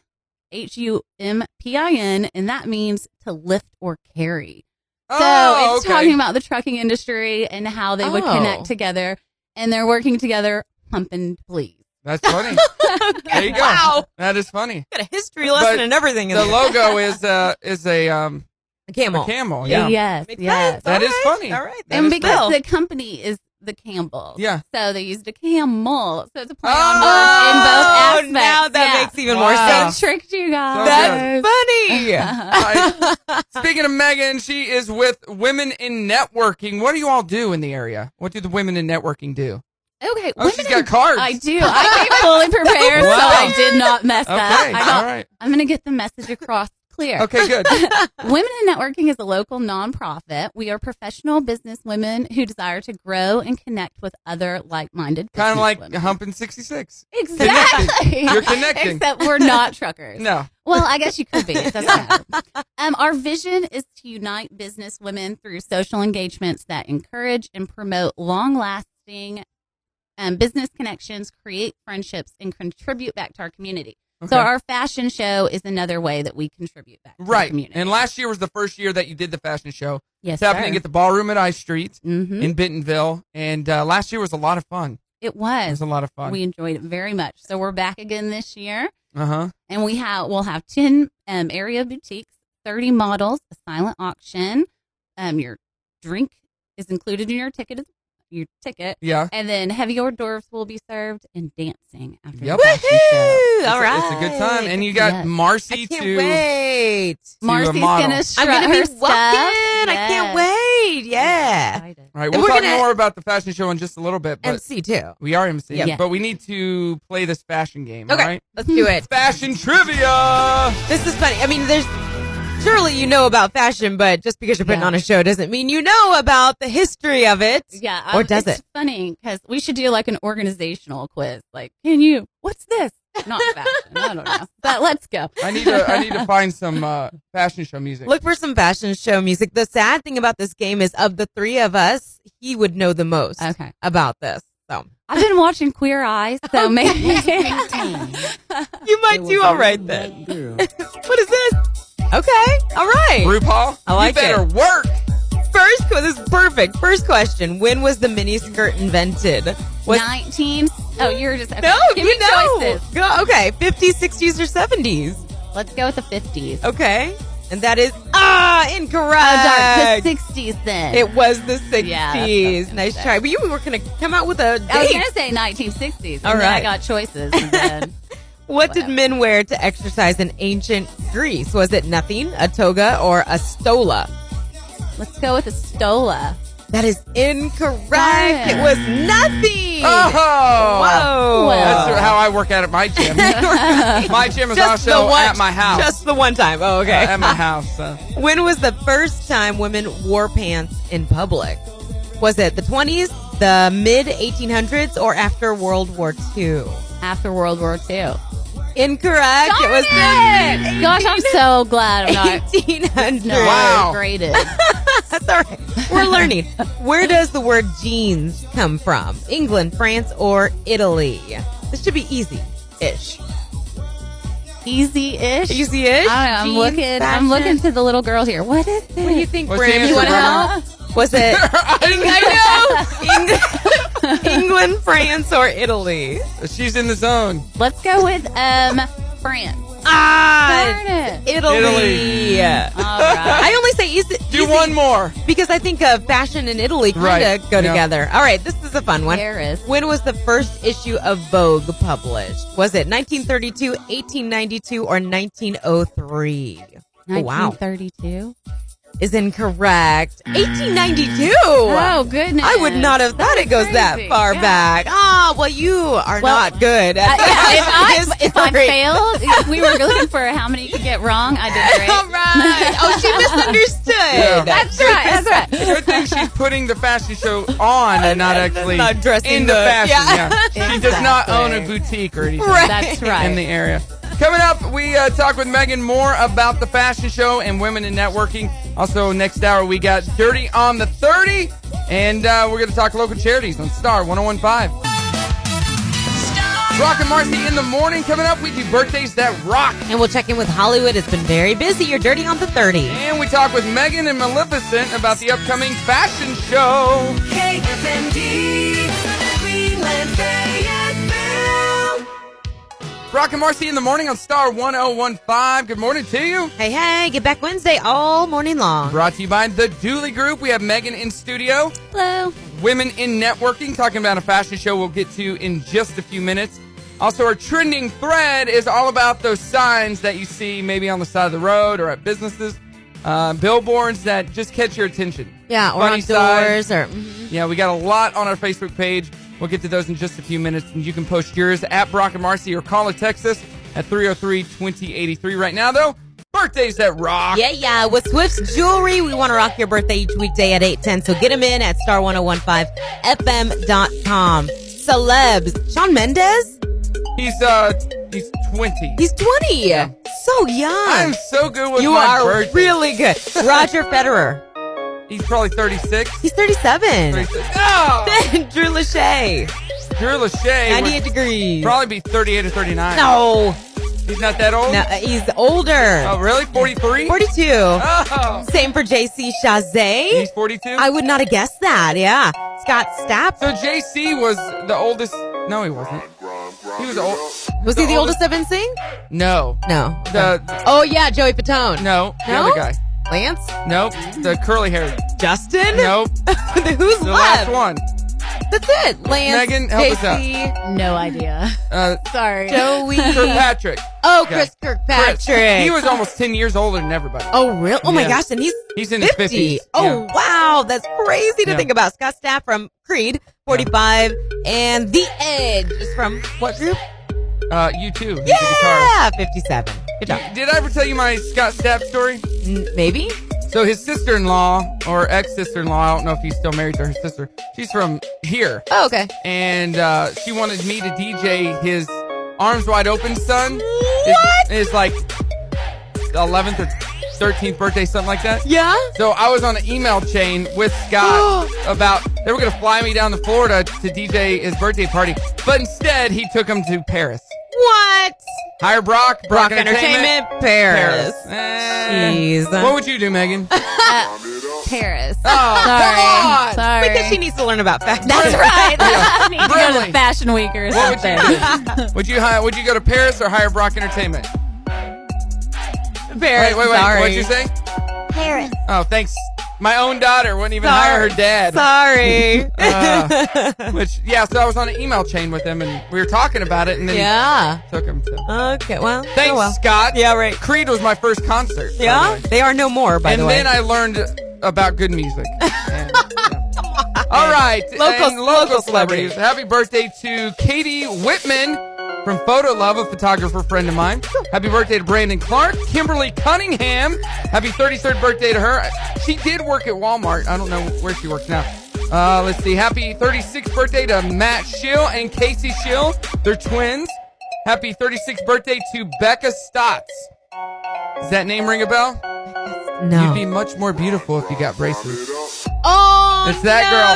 E: H U M P I N, and that means to lift or carry. So
A: oh,
E: it's
A: okay.
E: talking about the trucking industry and how they would
B: Oh.
E: connect together, and they're working together, pumping please.
A: That's funny. there you go.
B: Wow.
A: That is funny.
B: Got a history lesson
A: But
B: and everything in
A: The
B: there.
A: logo is uh, is a um
B: A camel.
A: a camel. Yeah.
E: Yes.
B: Makes
E: Yes.
B: sense.
A: That
B: All
A: is
B: right.
A: funny.
B: All right.
A: That
E: and
A: is
E: because
B: funny.
E: the company is the Campbell.
A: Yeah.
E: So they used a camel. So it's a play
A: Oh.
E: on words in both aspects.
B: now that
E: Yeah.
B: makes even
A: Wow.
B: more
A: Yeah.
B: sense.
E: So I tricked you guys.
A: That's
B: funny.
A: All right. Speaking of Megan, she is with Women in Networking. What do you all do in the area? What do the Women in Networking do?
E: Okay.
A: Oh,
E: women
A: she's
E: in-
A: got cards.
E: I do. I came fully prepared, so
A: Wow.
E: I did not mess
A: Okay.
E: up. I got,
A: all right.
E: I'm going to get the message across clear.
A: Okay, good.
E: Women in Networking is a local nonprofit. We are professional business women who desire to grow and connect with other like-minded.
A: kind of like
E: businesswomen.
A: humping 66.
E: exactly.
A: You're connecting.
E: Except we're not truckers.
A: No.
E: Well, I guess you could be. It doesn't matter. Um, our vision is to unite business women through social engagements that encourage and promote long lasting um, business connections, create friendships, and contribute back to our community.
A: Okay.
E: So, our fashion show is another way that we contribute back to the
A: Right.
E: community.
A: And last year was the first year that you did the fashion show.
E: yes,
A: It's happening
E: sir.
A: at the ballroom at I Street
B: Mm-hmm.
E: Mhm.
A: in Bentonville. And uh, last year was a lot of fun.
E: It
A: It was
E: was.
A: a lot of fun.
E: We enjoyed it very much. So, we're back again this year.
A: uh huh.
E: and we have we'll have 10 um, area boutiques 30 models a silent auction um, your drink is included in your ticket your ticket
A: Yeah.
E: and then heavy hors d'oeuvres will be served and dancing after
A: Yep.
E: the fashion show
B: Woo!
A: It's
B: All
A: a-
B: right.
A: It's a good time. And you got
E: Yes.
A: Marcy
B: I can't
A: to.
B: wait.
A: a
E: marcy's
A: model.
E: gonna
B: I'm
E: strut
B: gonna
E: her
B: be walking.
E: stuff.
B: I can't wait. Yeah.
A: All right.
B: And
A: We'll
B: we're
A: talk
B: gonna-
A: more about the fashion show in just a little bit. But
B: MC too.
A: we are MC.
E: Yeah.
A: But we need to play this fashion game.
B: Okay.
A: All right.
B: Let's do it.
A: Fashion trivia.
B: This is funny. I mean, there's surely you know about fashion, but just because you're putting
E: Yeah.
B: on a show doesn't mean you know about the history of it.
E: yeah
B: Or does
E: it's
B: it?
E: funny because we should do like an organizational quiz like can you what's this not fashion i don't know but let's go
A: I need to. I need to find some uh, fashion show music.
B: Look for some fashion show music. The sad thing about this game is, of the three of us, he would know the most
E: okay
B: about this. So
E: i've been watching queer eyes so maybe
B: you might do all right then. what is this? Okay, all right.
A: RuPaul.
B: I like
A: you better
B: it.
A: work.
B: First, que- this is perfect. First question: When was the miniskirt invented? Was
E: 19. Oh, you're just. okay.
B: no,
E: Give
B: you
E: me
B: know.
E: choices.
B: Go, okay, 50s, 60s, or 70s.
E: Let's go with the 50s.
B: Okay, and that is ah
E: Oh,
B: incorrect.
E: darn. The 60s then.
B: it was the 60s.
E: Yeah, that's what I was gonna
B: nice
E: say.
B: try. But you were going to come out with a
E: I was
B: date.
E: going to say 1960s. And
B: All
E: then I
B: right.
E: got choices. And then,
B: What did
E: Whatever.
B: men wear to exercise in ancient Greece? Was it nothing, a toga, or a stola?
E: let's go with the Stola.
B: That is incorrect.
E: Darn.
B: It was nothing.
A: Oh.
B: Whoa.
E: Well.
B: Uh,
A: That's how I work out at my gym. my gym is also at my house.
B: Just the one time. Oh,
A: Uh,
B: okay.
A: at my house. so.
B: when was the first time women wore pants in public? Was it the 20s, the mid 1800s, or after World War II?
E: After World War II.
B: Incorrect. it was the
E: Darn it! Gosh, I'm so glad I'm not.
B: 1800s.
E: No,
A: Wow.
E: graded.
B: That's all right. We're learning. Where does the word jeans come from? England, France, or Italy? This should be easy ish.
E: Easy ish.
B: Easy ish?
E: I'm looking. I'm looking to the little girl here. What is
B: What do
E: this?
B: you think,
A: What's the
B: Brandon?
A: answer,
E: You want to
A: Brandon?
E: help?
B: Was it
A: I
B: Eng- England, France, or Italy?
A: know. She's in the zone.
E: Let's go with um France.
B: Ah,
E: Darn it!
B: Italy.
A: Italy.
E: All right.
B: I only say easy,
A: Do
B: easy
A: one more.
B: because I think uh, fashion and Italy kind of
A: Right.
B: go
A: Yeah.
B: together. All right, this is a fun one.
E: Paris.
B: When was the first issue of Vogue published? Was it 1932, 1892, or 1903? Oh, wow.
E: 1932.
B: Is incorrect. 1892.
E: Oh goodness!
B: I would not have thought it goes that
E: crazy.
B: far
E: Yeah.
B: back. Ah, well, you are
E: Well,
B: not good
E: Uh,
B: at
E: yeah, if I if I
B: history.
E: failed, if we were looking for how many you could get wrong. I did great.
B: All right. Oh, she misunderstood.
A: Yeah.
E: That's right. That's right.
A: Good thing she's putting the fashion show on and not actually
B: Not dressing
A: in the
B: the-
A: fashion. Yeah.
B: yeah.
A: She does not own
B: Exactly.
A: a boutique or anything
B: Right.
E: That's right.
A: in the area. Coming up, we uh, talk with Megan more about the fashion show and women in networking. Also, next hour, we got Dirty on the 30, and uh, we're going to talk local charities on Star 1015. Rock and Marcy in the morning. Coming up, we do birthdays that rock.
B: And we'll check in with Hollywood. It's been very busy. You're dirty on the 30.
A: And we talk with Megan and Maleficent about the upcoming fashion show.
C: KFMD, Greenland, Fayetteville.
A: Brock and Marcy in the morning on Star 1015. Good morning to you.
B: Hey, hey, get back Wednesday all morning long.
A: Brought to you by the Dooley Group. We have Megan in studio.
E: Hello.
A: Women in networking, talking about a fashion show we'll get to in just a few minutes. Also, our trending thread is all about those signs that you see maybe on the side of the road or at businesses, uh, billboards that just catch your attention.
B: Yeah, or
A: Funny
B: on
A: side.
B: doors or.
A: Yeah, we got a lot on our Facebook page. We'll get to those in just a few minutes, and you can oh post yours at Brock and Marcy or call or text us at 303 2083. Right now, though, Birthdays that rock.
B: Yeah, yeah. With Swift's Jewelry, we want to rock your birthday each weekday at 810. So get them in at star1015fm.com. Celebs. Sean Mendez?
A: He's uh he's twenty.
B: He's 20. So young.
A: I'm so good with
B: you
A: my
B: are
A: birthday.
B: really good. Roger Federer.
A: He's probably 36.
B: He's 37.
A: 36. Oh,
B: Drew Lachey.
A: Drew Lachey
B: 98
A: would
B: degrees.
A: probably be 38 or 39.
B: No.
A: He's not that old?
B: No, uh, he's older.
A: Oh, really? 43?
B: 42.
A: Oh.
B: Same for JC Chazé.
A: He's 42?
B: I would not have guessed that. Yeah. Scott Stapp.
A: so JC was the oldest. No, he wasn't. He was old.
B: Was he the oldest of NSYNC?
A: No.
B: No.
A: The,
B: Oh yeah, Joey Fatone.
A: no, the
B: No?
A: other guy.
B: Lance?
A: Nope. The curly hair.
B: Justin?
A: Nope.
B: Who's
A: The
B: left?
A: last one.
B: That's it. Lance.
A: Megan, help us out.
B: JC,
E: No idea.
A: Uh,
E: Sorry.
B: Joey.
A: Kirkpatrick.
B: oh,
A: Okay.
B: Chris Kirkpatrick.
A: Chris. He was almost 10 years older than everybody.
B: Oh really? Oh my
A: Yeah.
B: gosh, and he's
A: He's in his
B: 50.
A: 50s.
B: Oh wow, that's crazy to
A: Yeah.
B: think about. Scott Staff from Creed, 45, and The Edge is from what group?
A: Yeah. Uh, you too. He's the
B: Yeah,
A: guitarist.
B: 57. Good job.
A: Did I ever tell you my Scott Stapp story?
B: N- Maybe?
A: So his sister-in-law or ex-sister-in-law, I don't know if he's still married to her sister. She's from here,
B: Oh, okay.
A: and uh, she wanted me to DJ his arms wide open son.
B: What?
A: His, his like 11th or 13th birthday, something like that.
B: Yeah?
A: So I was on an email chain with Scott about they were gonna fly me down to Florida to DJ his birthday party, but instead he took him to Paris.
B: What?
A: Hire Brock,
B: Rock
A: Brock,
B: Entertainment, Paris.
A: Paris. Eh.
B: Jeez.
A: What would you do, Megan?
E: Paris.
A: Oh, come
E: Sorry.
A: on.
E: Sorry.
B: Because she needs to learn about fashion.
E: That's right. I need to go
A: Really?
E: to Fashion Week or
A: What would
E: something.
A: you do? would you hire? Would you go to Paris or hire Brock Entertainment?
B: Paris.
A: wait, wait, wait.
B: Sorry.
A: What'd you say?
D: Paris.
A: Oh, thanks. My own daughter wouldn't even
B: Sorry.
A: hire her dad.
B: Sorry.
A: Uh, which yeah, so I was on an email chain with him and we were talking about it and then
B: yeah.
A: he took him to.
B: Okay. Well. oh
A: Thanks,
B: well.
A: Scott.
B: Yeah. Right.
A: Creed was my first concert. by the
B: Yeah.
A: way.
B: They are no more. By
A: and
B: the way.
A: then I learned about good music. And, yeah. All right,
B: Local-
A: and
B: local
A: local
B: celebrities.
A: celebrities. Happy birthday to Katie Whitman from Photo Love, a photographer friend of mine. Happy birthday to Brandon Clark, Kimberly Cunningham. Happy 33rd birthday to her. She did work at Walmart. I don't know where she works now. Uh, let's see. Happy 36th birthday to Matt Schill and Casey Schill. They're twins. Happy 36th birthday to Becca Stotts. Does that name ring a bell? You'd
B: no.
A: be much more beautiful if you got braces.
B: Uh-huh. oh,
A: It's that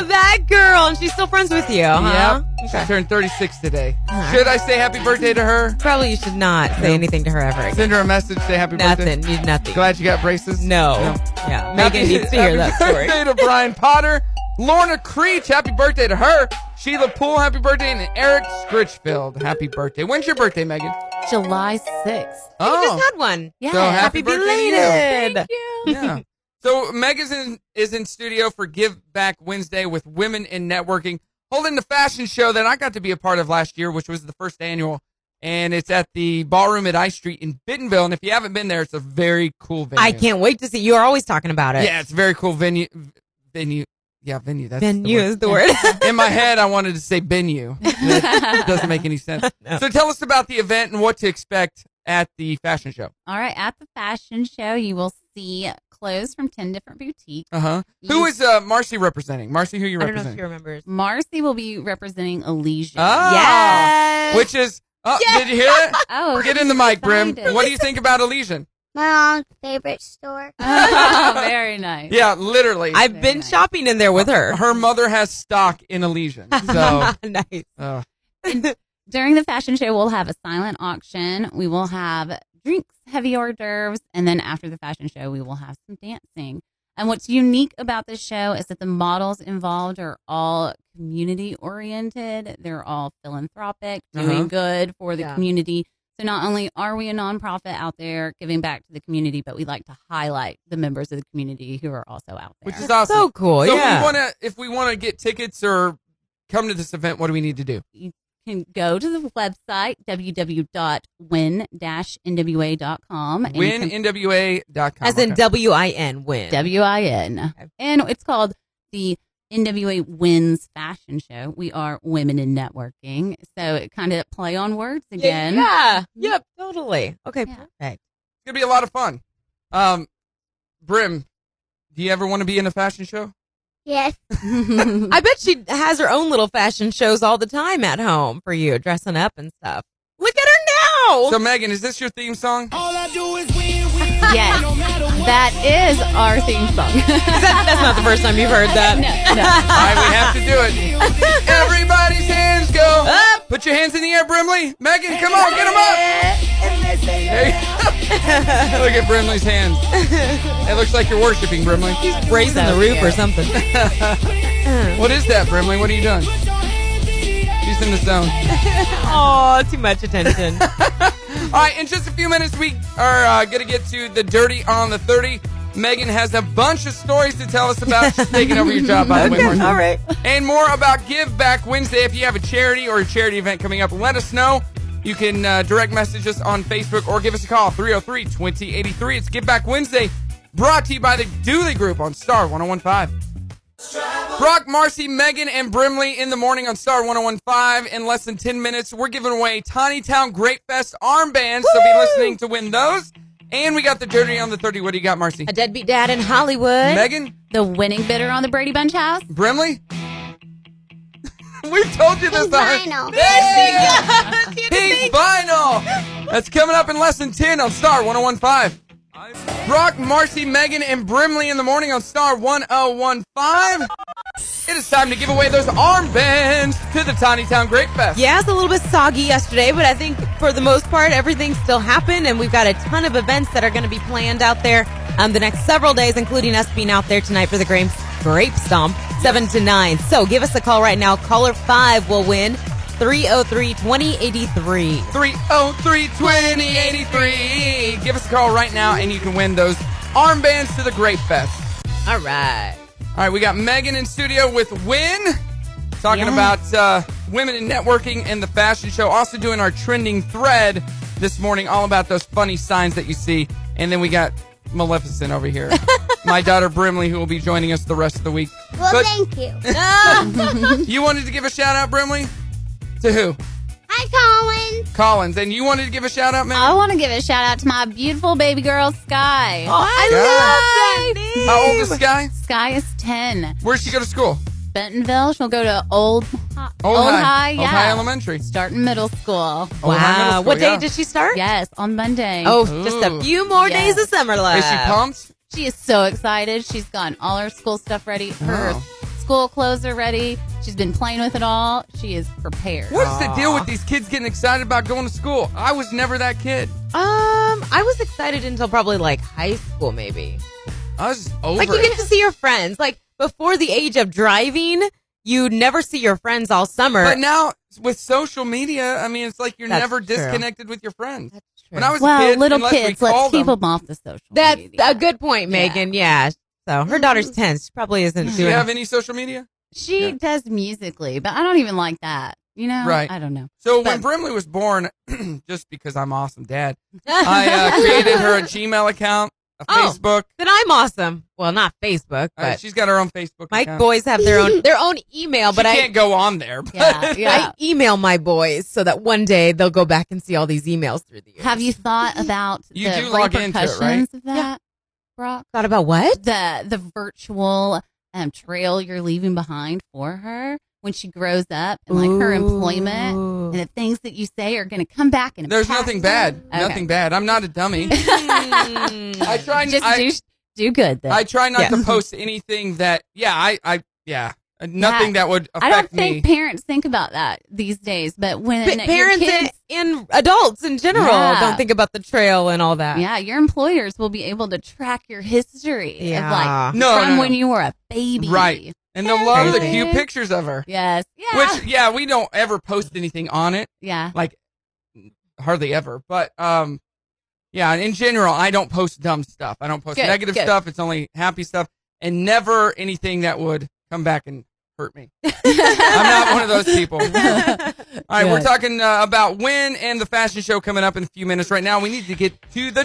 B: no,
A: girl.
B: That girl, and she's still friends with you. Huh?
A: Yep. She
B: Okay.
A: turned 36 today.
B: Alright.
A: Should I say happy birthday to her?
B: Probably you should not say anything to her ever. Again.
A: Send her a message, say happy
B: Nothing.
A: birthday.
B: You nothing.
A: Glad you got braces.
B: no. Yeah. Megan
A: Happy-
B: needs to hear
A: happy
B: that story.
A: birthday to Brian Potter. Lorna Creech, happy birthday to her. Sheila Poole, happy birthday. And Eric Scritchfield, happy birthday. When's your birthday, Megan?
E: July 6th.
B: I just had one.
E: Yeah.
A: So Oh. happy
B: Happy,
A: birthday to you.
B: belated.
A: yeah. So Megan's in, is in studio for Give Back Wednesday with Women in Networking, holding the fashion show that I got to be a part of last year, which was the first annual. And it's at the ballroom at I Street in Bentonville. And if you haven't been there, it's a very cool venue.
B: I can't wait to see. You are always talking about it.
A: Yeah, it's a very cool venue. Venue. Yeah, venue. That's
B: Venue
A: the
B: is the word.
A: word. in my head, I wanted to say venue. It doesn't make any sense.
B: No.
A: So tell us about the event and what to expect at the fashion show.
E: All right. At the fashion show, you will see clothes from 10 different boutiques.
A: Uh huh. Who
E: You-
A: is uh, Marcy representing? Marcy, who you
B: Uh-huh. I don't know if
A: representing?
B: she remembers.
E: Marcy will be representing Elysian.
A: Ah.
B: Yes.
A: Which is, oh,
B: Yes.
A: did you hear it?
E: Oh,
A: Get in the mic, Brim.
E: excited.
A: What do you think about Elysian?
D: My mom's favorite store.
E: Oh, very nice.
A: Yeah, literally.
B: I've been shopping in there with her.
A: her mother has stock in Elysian. So,
B: nice.
A: uh,
E: During the fashion show, we'll have a silent auction. We will have drinks, heavy hors d'oeuvres, and then after the fashion show, we will have some dancing. And what's unique about this show is that the models involved are all community oriented. They're all philanthropic, doing
A: Uh-huh.
E: good for the
B: Yeah.
E: community. So not only are we a nonprofit out there giving back to the community, but we like to highlight the members of the community who are also out there.
A: which is awesome.
B: So cool.
A: So
B: yeah.
A: if we want to, if we want to get tickets or come to this event, what do we need to do?
E: can go to the website www.win-nwa.com and you can-
A: WinNWA.com.
B: As in
A: Okay.
B: W I N win.
E: W-I-N. And it's called the NWA Wins Fashion Show. We are women in networking. So it kind of play on words again.
B: Yeah. Yep. Mm-hmm. Totally. Okay.
E: Yeah.
B: Perfect.
A: it's gonna be a lot of fun. Um, Brim, do you ever want to be in a fashion show?
D: Yes.
B: I bet she has her own little fashion shows all the time at home for you, dressing up and stuff. Look at her now.
A: So, Megan, is this your theme song?
E: yes, that is our theme song.
B: That- that's not the first time you've heard that.
A: All right, we have to do it. Everybody's hands go up. Put your hands in the air, Brimley. Megan, come on, get them up. There you go. Look at Brimley's hands. It looks like you're worshiping Brimley.
B: Raising the roof or something.
A: What is that, Brimley? What are you doing? She's in the zone.
B: Oh, too much attention.
A: All right, in just a few minutes, we are uh, going to get to the dirty on the 30. Megan has a bunch of stories to tell us about. She's taking over your job, by the way, Marcy.
B: all right.
A: And more about Give Back Wednesday. If you have a charity or a charity event coming up, let us know. You can uh, direct message us on Facebook or give us a call, 303 2083. It's Give Back Wednesday, brought to you by the Dooley Group on Star 1015. Brock, Marcy, Megan, and Brimley in the morning on Star 1015. In less than 10 minutes, we're giving away Tiny Town Great Fest armbands. So be listening to win those. And we got the dirty on the 30. What do you got, Marcy?
B: A deadbeat dad in Hollywood.
A: Megan?
E: the winning bidder on the Brady Bunch house.
A: Brimley? We've told you this
D: Pink vinyl.
A: Yes, Pink vinyl. That's coming up in less than 10 on Star 1015. Brock, Marcy, Megan, and Brimley in the morning on Star 1015. It is time to give away those armbands to the Tiny Town Great Fest.
B: Yeah, it's a little bit soggy yesterday, but I think for the most part, everything still happened, and we've got a ton of events that are going to be planned out there um, the next several days, including us being out there tonight for the Grape, grape Stomp, 7 to 9. So give us a call right now. Caller 5 will win 303 2083.
A: 303 2083. Give us a call right now and you can win those armbands to the Great Fest.
B: All right.
A: All right, we got Megan in studio with Win, talking about uh, women in networking and the fashion show. Also doing our trending thread this morning, all about those funny signs that you see. And then we got Maleficent over here, my daughter Brimley, who will be joining us the rest of the week.
D: Well,
A: but
D: thank you.
A: you wanted to give a shout out, Brimley, to who?
D: Hi, Colin.
A: Collins, and you wanted to give a shout out, man.
E: I want to give a shout out to my beautiful baby girl, Sky.
B: Oh, I
A: Yeah.
B: love that name.
A: How old is this guy?
E: Sky is 10.
A: Where's she go to school?
E: Bentonville, she'll go to Old,
A: Old High.
E: yeah.
A: Old High Elementary.
E: Starting middle school.
A: Old High Middle
B: Wow.
A: School,
B: What day
A: yeah.
B: did she start?
E: Yes, on Monday.
B: Oh, just a
A: Ooh.
B: few more
E: Yes.
B: days of summer left.
A: Is she pumped?
E: She is so excited. She's gotten all her school stuff ready. Her
A: Oh.
E: school clothes are ready. She's been playing with it all. She is prepared.
A: What is the deal with these kids getting excited about going to school? I was never that kid.
B: Um, I was excited until probably like high school, maybe.
A: I was just over
B: Like you
A: it.
B: get to see your friends. Like before the age of driving, you never see your friends all summer.
A: But now with social media, I mean, it's like you're
B: That's
A: never
B: true.
A: disconnected with your friends.
B: true.
A: When I was
E: Well,
A: a kid,
E: little
A: unless
E: kids,
A: we
E: let's
A: called
E: keep
A: them,
E: them off the social
B: That's
E: media.
B: a good point,
E: Yeah.
B: Megan. Yeah. So her daughter's ten. She probably isn't
A: Do you
B: doing.
A: have any social media?
E: She
A: Yeah.
E: does musically, but I don't even like that. You know,
A: Right.
E: I don't know.
A: So when
E: But-
A: Brimley was born, just because I'm awesome, Dad, I uh, created her a Gmail account, a
B: Oh.
A: Facebook.
B: then I'm awesome. Well, not Facebook,
A: Uh,
B: but
A: she's got her own Facebook.
B: my
A: account.
B: boys have their own their own email.
A: She
B: But I
A: can't go on there. But
E: Yeah, yeah.
B: I email my boys so that one day they'll go back and see all these emails through the years.
E: Have you thought about
A: You
E: the
A: do log into it, right?
E: repercussions of that, Brock?
B: thought about what?
E: The the virtual um, trail you're leaving behind for her when she grows up, and like her employment
B: Ooh.
E: and the things that you say are going to come back. And
A: There's
E: impact
A: nothing
E: her.
A: bad.
E: Okay.
A: Nothing bad. I'm not a dummy.
B: Hmm.
A: I try.
E: Just
A: I,
E: do do good. Then.
A: I try not
B: Yeah.
A: to post anything that. Yeah. I. I. Yeah. uh, Nothing that would affect
E: I don't
A: me.
E: think parents think about that these days, but when
B: Pa-
E: your
B: parents
E: kids,
B: and, and adults in general
E: Yeah.
B: don't think about the trail and all that.
E: yeah, your employers will be able to track your history of like
B: Yeah.
A: no,
E: from
A: no, no.
E: when you were a baby,
A: Right. And they'll love the
E: Crazy.
A: cute pictures of her.
E: Yes, yeah,
A: Which, yeah, we don't ever post anything on it,
E: yeah.
A: like hardly ever. But um, yeah, in general, I don't post dumb stuff. I don't post
E: Good,
A: negative
E: good.
A: stuff. It's only happy stuff, and never anything that would come back and hurt me. I'm not one of those people. All right, we're talking uh, about when and the fashion show coming up in a few minutes. Right now, we need to get to the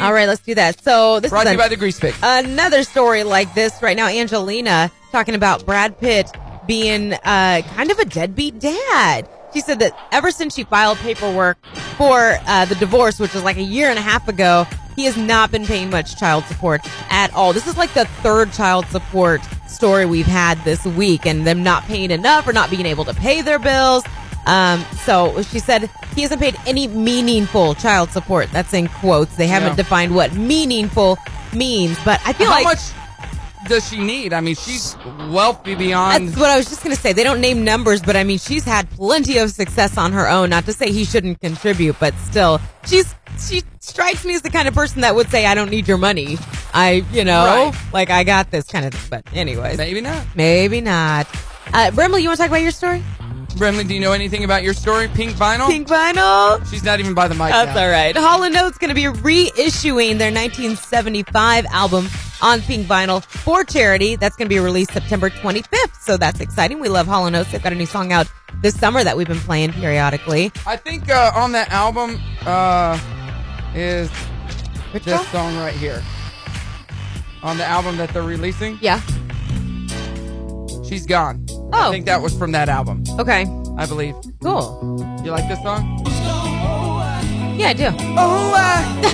B: All right, let's do that. So this
A: Brought to
B: is
A: you
B: an-
A: by the Grease Pig.
B: another story like this right now. Angelina talking about Brad Pitt being uh, kind of a deadbeat dad. She said that ever since she filed paperwork for uh, the divorce, which was like a year and a half ago, He has not been paying much child support at all. This is like the third child support story we've had this week, and them not paying enough or not being able to pay their bills. Um, so she said he hasn't paid any meaningful child support. That's in quotes. They haven't
A: Yeah.
B: defined what meaningful means, but I feel
A: How
B: like
A: much does she need? I mean, she's wealthy beyond.
B: that's what I was just going to say. They don't name numbers, but I mean, she's had plenty of success on her own. Not to say he shouldn't contribute, but still, she's she strikes me as the kind of person that would say, "I don't need your money. I, you know,
A: Right.
B: like I got this kind of thing." But anyways, maybe,
A: Maybe not.
B: not. Uh, Brimley, you want to talk about your story?
A: Brimley, do you know anything about your story? Pink vinyl?
B: Pink Oh, vinyl.
A: She's not even by the mic.
B: That's
A: now.
B: all right. Hall & Note's going to be reissuing their 1975 album on pink vinyl for charity. That's going to be released September 25th. So that's exciting. We love Hall & Note. They've got a new song out this summer that we've been playing periodically.
A: I think uh, on that album uh, is
B: Which
A: this
B: song?
A: song right here. On the album that they're releasing,
B: Yeah.
A: she's gone. I
B: Oh.
A: think that was from that album,
B: Okay.
A: I believe.
B: Cool.
A: You like this song?
B: Yeah, I do.
A: Oh, I.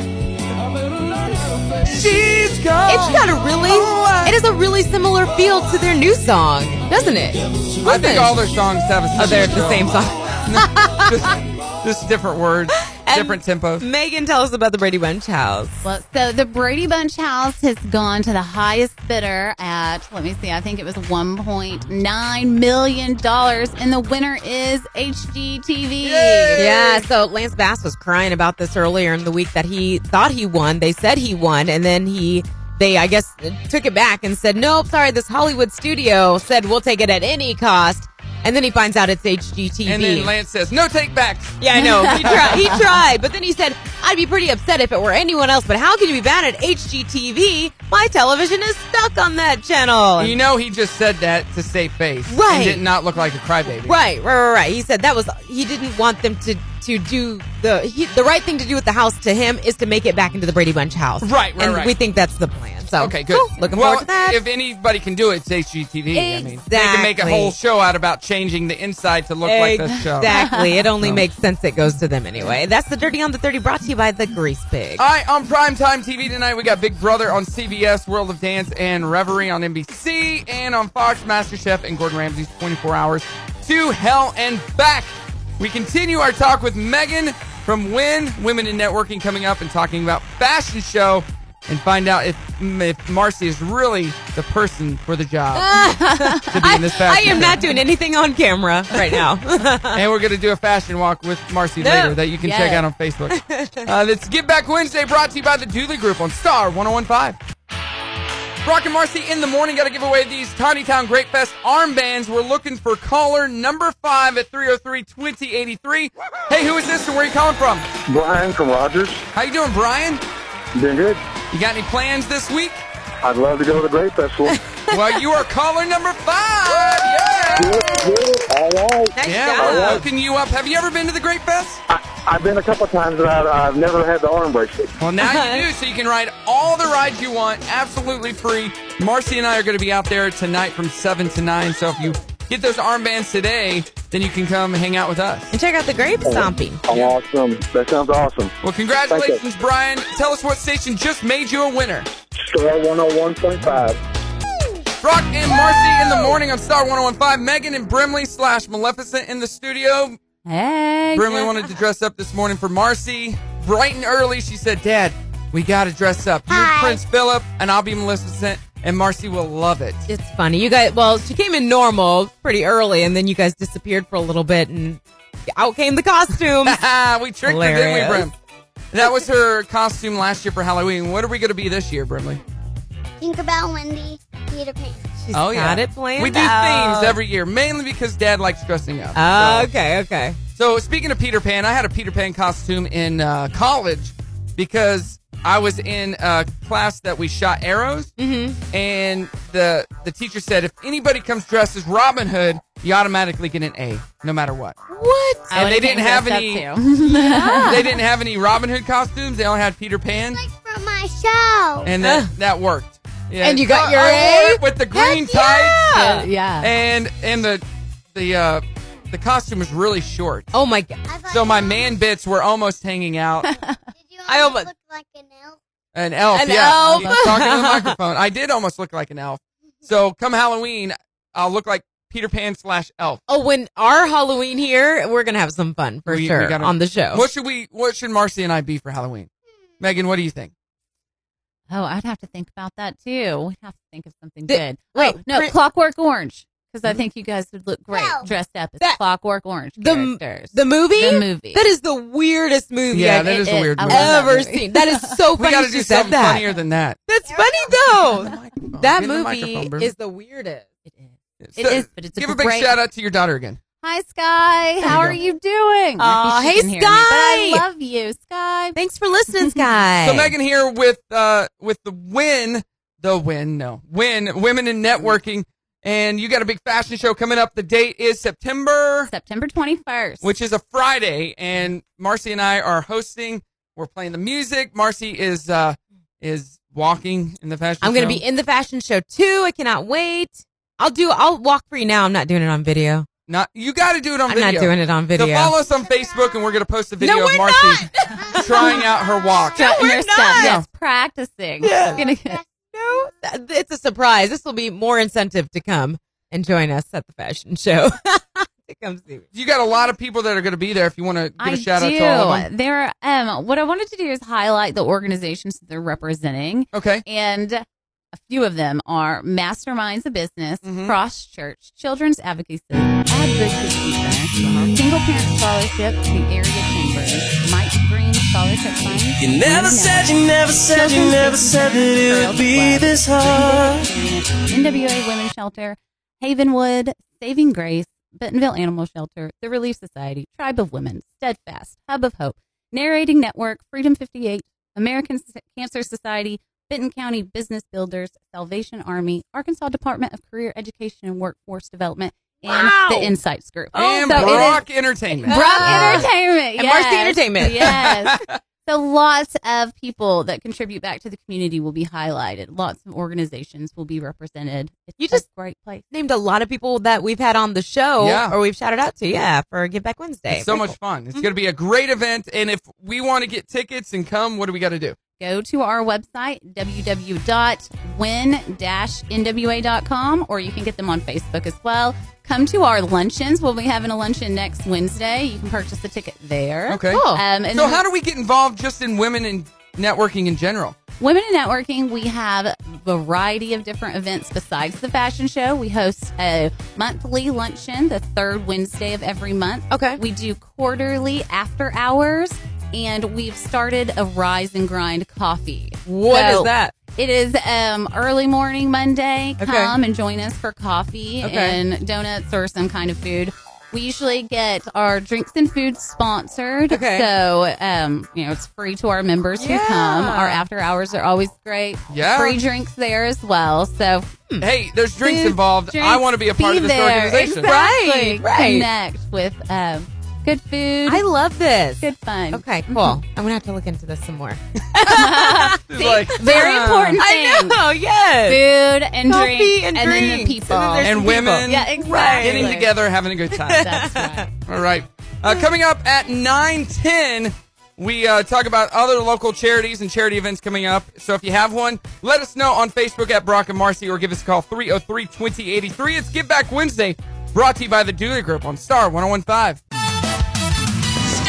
A: she's gone.
B: It's got a really, it has a really similar feel to their new song, doesn't it? Listen.
A: I think all their songs have a similar
B: oh, they're the
A: feel.
B: same song.
A: just, just different words,
B: And-
A: different tempos.
B: Megan, tell us about the Brady Bunch house.
E: Well, so the Brady Bunch house has gone to the highest bidder at, let me see, I think it was $1.9 million. And the winner is HGTV.
B: Yeah, so Lance Bass was crying about this earlier in the week that he thought he won. They said he won, and then he they I guess took it back and said, "Nope, sorry, this Hollywood studio said we'll take it at any cost." And then he finds out it's HGTV.
A: And then Lance says, "No take backs."
B: yeah, I know. He tried, he tried, but then he said, "I'd be pretty upset if it were anyone else, but how can you be bad at HGTV? My television is stuck on that channel."
A: You know, he just said that to save face.
B: Right.
A: And did not look like a crybaby.
B: Right, right, right, right. He said that was he didn't want them to to do the he, the right thing to do with the house to him is to make it back into the Brady Bunch house.
A: Right, right,
B: and
A: right.
B: We think that's the plan. So
A: Okay, good.
B: cool. Looking
A: well,
B: forward to that.
A: if anybody can do it, it's HGTV. I mean, they can make a
B: Exactly.
A: whole show out about changing the inside to look like this show.
B: exactly. It only
A: So.
B: makes sense it goes to them anyway. That's the Dirty on the Thirty brought to you by the Grease Pig.
A: All right, on primetime TV tonight, we got Big Brother on CBS, World of Dance and Reverie on NBC, and on Fox, MasterChef and Gordon Ramsay's 24 Hours to Hell and Back. We continue our talk with Megan from Win Women in Networking coming up and talking about fashion show and find out if, if Marcy is really the person for the job to be in this
B: I
A: fashion
B: am
A: show.
B: not doing anything on camera right now.
A: And we're going to do a fashion walk with Marcy
B: No.
A: later that you can check out on Facebook. uh, that's Give Back Wednesday brought to you by the Dooley Group on Star 1015. Brock and Marcy in the morning got to give away these Tiny Town Great Fest armbands. We're looking for caller number five at 303 2083. Hey, who is this and where are you calling from?
F: Brian from Rogers.
A: How you doing, Brian?
F: Doing good.
A: You got any plans this week?
F: I'd love to go to the Great Festival.
A: well, you are caller number five. Yeah.
F: All right.
B: Nice
A: Yeah,
B: job.
A: we're hooking you up. Have you ever been to the Great Fest?
F: I, I've been a couple of times, but I, I've never had the arm bracelet.
A: Well, now you do, so you can ride all the rides you want, absolutely free. Marcy and I are going to be out there tonight from 7 to 9. So if you get those armbands today, then you can come hang out with us.
B: And check out the grape stomping.
F: Awesome. That sounds awesome.
A: Well, congratulations, Brian. Tell us what station just made you a winner.
F: Star 101.5.
A: Brock and Marcy in the morning on Star 1015. Megan and Brimley slash Maleficent in the studio.
E: Hey.
A: Brimley wanted to dress up this morning for Marcy. Bright and early, she said, Dad, we got to dress up. You're
D: Hi.
A: Prince Philip, and I'll be Maleficent, and Marcy will love it.
B: It's funny. You guys, well, she came in normal pretty early, and then you guys disappeared for a little bit, and out came the costumes.
A: we tricked her, didn't we,
B: Hilarious.
A: Brim? That was her costume last year for Halloween. What are we going to be this year, Brimley?
D: Tinkerbell, Wendy, Peter Pan.
B: She's
A: Oh,
B: got
A: yeah.
B: it planned.
A: we do
B: out.
A: themes every year, mainly because Dad likes dressing up.
B: Oh,
A: So-
B: okay, okay.
A: So, speaking of Peter Pan, I had a Peter Pan costume in uh, college because I was in a class that we shot arrows,
B: Mm-hmm.
A: and the the teacher said if anybody comes dressed as Robin Hood, you automatically get an A, no matter what.
B: What?
E: I
A: and they
E: would've
A: didn't
E: been
A: have
E: dressed
A: any.
E: up too.
A: They didn't have any Robin Hood costumes. They only had Peter Pan.
D: Like from my show.
A: and that, that worked. Yeah.
E: And you got
A: I-
E: your
A: I
E: A?
A: wore it with the green
B: yeah!
A: tights,
E: yeah.
A: and and the the uh, the costume was really short,
B: Oh my god.
D: I thought
A: so my
D: you-
A: man bits were almost hanging out.
D: Did you
B: I almost-
D: almost look like an elf?
A: An elf,
B: An
A: yeah.
B: elf.
A: I'm talking to the microphone. I did almost look like an elf. So come Halloween, I'll look like Peter Pan slash elf.
B: Oh, when our Halloween here, we're gonna have some fun for
A: We- we
B: sure
A: gotta-
B: on the show.
A: What should we? What should Marcy and I be for Halloween? Megan, what do you think?
E: Oh, I'd have to think about that too. We'd have to think of something
B: Did-
E: good.
B: wait,
E: oh, no,
B: Prin-
E: Clockwork Orange, because I think you guys would look great
D: No.
E: dressed up as
B: Mm-hmm. That-
E: Clockwork Orange
B: The m-
E: characters.
B: the movie?
E: The movie.
B: That is the weirdest movie
A: Yeah,
B: I've
A: that is a
E: It-
A: weird
E: I
A: movie.
E: love
B: ever
E: that movie.
B: seen. That is so
A: We
B: funny.
A: got to
B: she
A: do
B: said
A: something
B: that.
A: funnier than that.
B: That's funny though.
A: Microphone.
B: that
A: Get in the
B: movie
A: microphone, bro.
B: is the weirdest.
E: It is.
A: So,
E: It is, but it's
A: Give
E: a
A: a big
E: great.
A: shout out to your daughter again.
E: Hi, Sky. How
A: you
E: are
A: go.
E: you doing?
B: Aw,
E: She
B: hey,
E: can hear me, but I
B: Sky.
E: love you, Sky.
B: Thanks for listening, Sky.
A: So Megan here with uh with the win, the win, no win, women in networking, and you got a big fashion show coming up. The date is September,
E: September twenty first.
A: which is a Friday, and Marcy and I are hosting. We're playing the music. Marcy is uh is walking in the fashion.
B: I'm gonna
A: show.
B: be in the fashion show too. I cannot wait. I'll do. I'll walk for you now. I'm not doing it on video.
A: not. You got to do it on
B: I'm
A: video.
B: not doing it on video.
A: So follow us on Facebook, and we're gonna post a video
B: No,
A: of
B: we're
A: Marcy trying out her walk.
E: no,
B: we're
E: your
B: not.
E: stuff. Yes, practicing.
B: Yeah.
E: We're gonna get-
B: No, th- it's a surprise. This will be more incentive to come and join us at the fashion show. to come see me.
A: You got a lot of people that are gonna be there. If you want to give
E: I
A: a shout out
E: do.
A: to all of them.
E: There, um, what I wanted to do is highlight the organizations that they're representing,
A: Okay.
E: and a few of them are Masterminds of Business,
A: Mhm.
E: Cross Church, Children's Advocacy, Advocacy Center, Single Parent Scholarship, the Area Chambers, Mike Green Scholarship Fund.
C: You never said, you never said, you
E: Children's
C: never
E: Business
C: said that it would be
E: Girls Club,
C: this hard.
E: NWA Women's Shelter, Havenwood, Saving Grace, Bentonville Animal Shelter, The Relief Society, Tribe of Women, Steadfast, Hub of Hope, Narrating Network, Freedom 58, American S- Cancer Society, Benton County Business Builders, Salvation Army, Arkansas Department of Career Education and Workforce Development, and the Insights Group.
C: Oh,
A: and
E: So it is-
A: Brock Entertainment.
E: Brock
B: Ah.
E: Entertainment.
B: And Marcy
E: yes.
B: Entertainment.
E: Yes. so lots of people that contribute back to the community will be highlighted. Lots of organizations will be represented. It's
B: You
E: a
B: just-
E: great place.
B: Named a lot of people that we've had on the show
A: Yeah.
B: or we've shouted out to, yeah, for Give Back Wednesday.
A: It's so much fun.
E: Mm-hmm.
A: It's going to be a great event. And if we want to get tickets and come, what do we got to do?
E: Go to our website, www.win-nwa.com, or you can get them on Facebook as well. Come to our luncheons. We'll be having a luncheon next Wednesday. You can purchase a ticket there.
A: Okay.
B: Cool.
E: Um, and
A: So,
E: then-
A: how do we get involved just in women and networking in general?
E: Women in Networking, we have a variety of different events besides the fashion show. We host a monthly luncheon the third Wednesday of every month.
B: Okay.
E: We do quarterly after hours, and we've started a rise and grind coffee.
B: What is
E: So
B: that?
E: It is um, early morning Monday.
B: Okay.
E: Come and join us for coffee
B: Okay.
E: and donuts or some kind of food. We usually get our drinks and food sponsored.
B: Okay.
E: So, um, you know, it's free to our members
B: Yeah.
E: who come. Our after hours are always great.
A: Yeah.
E: Free drinks there as well. So,
A: Hey, there's drinks
E: Food,
A: involved. I
E: Hmm. drinks,
A: want to be a part of this
E: there.
A: organization.
E: Exactly.
B: Right, right.
E: Connect with um, good food,
B: I love this.
E: good fun.
B: Okay, cool. I'm going to have to look into this some more.
A: It's like-
E: Very important
B: I
E: thing.
B: know, yes.
E: Food and
B: Coffee
E: drinks.
B: and
E: then the
B: drinks.
E: people.
B: And then there's
A: and
B: Some
A: women
B: people.
E: yeah, exactly.
A: getting together, having a good time.
E: That's right.
A: All right. Uh, coming up at 910, we uh, talk about other local charities and charity events coming up. So if you have one, let us know on Facebook at Brock and Marcy or give us a call 303 2083. It's Give Back Wednesday, brought to you by the Dooley Group on Star 1015.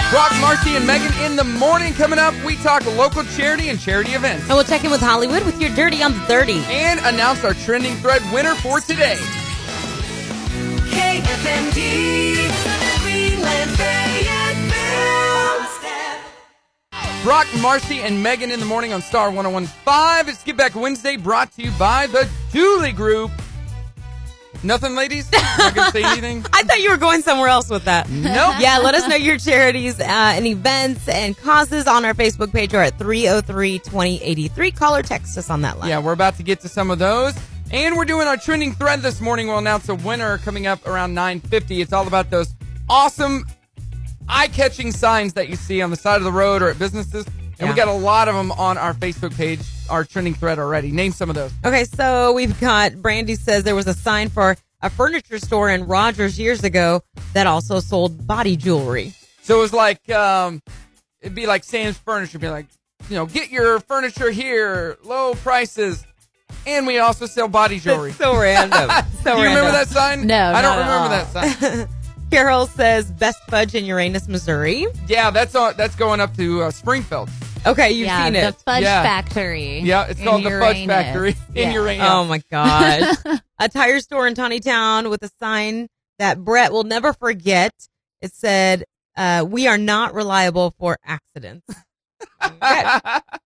A: Brock, Marcy, and Megan in the morning coming up. We talk local charity and charity events
B: And we'll check in with Hollywood with your Dirty on the 30.
A: and announce our trending thread winner for today.
C: KFMD, Greenland, Fayetteville.
A: Brock, Marcy, and Megan in the morning on Star 1015. It's Give Back Wednesday brought to you by the Dooley Group. Nothing, ladies? Not going to say anything?
B: I thought you were going somewhere else with that.
A: Nope.
B: yeah, let us know your charities uh, and events and causes on our Facebook page or at 303 2083. Call or text us on that line.
A: Yeah, we're about to get to some of those. And we're doing our trending thread this morning. We'll announce a winner coming up around 9.50. It's all about those awesome, eye-catching signs that you see on the side of the road or at businesses. And we
B: Yeah.
A: got a lot of them on our Facebook page, our trending thread already. Name some of those.
B: Okay, so we've got Brandy says there was a sign for a furniture store in Rogers years ago that also sold body jewelry.
A: So it was like, um, it'd be like Sam's Furniture, be like, you know, get your furniture here, low prices, and we also sell body jewelry.
B: It's so random. So
A: Do you
B: random.
A: remember that sign?
E: No,
A: I don't
E: not at
A: remember
E: all.
A: that sign.
B: Carol says best fudge in Uranus, Missouri.
A: Yeah, that's on, that's going up to uh, Springfield.
B: Okay, you've
E: yeah,
B: seen
E: the
B: it.
E: Fudge
A: Yeah.
E: Factory.
A: Yeah, it's
E: in
A: called the Fudge
E: Uranus.
A: Factory in
E: Yeah.
A: Uranus.
B: Oh my gosh. a tire store in Tawny Town with a sign that Brett will never forget. It said, uh, we are not reliable for accidents. Okay,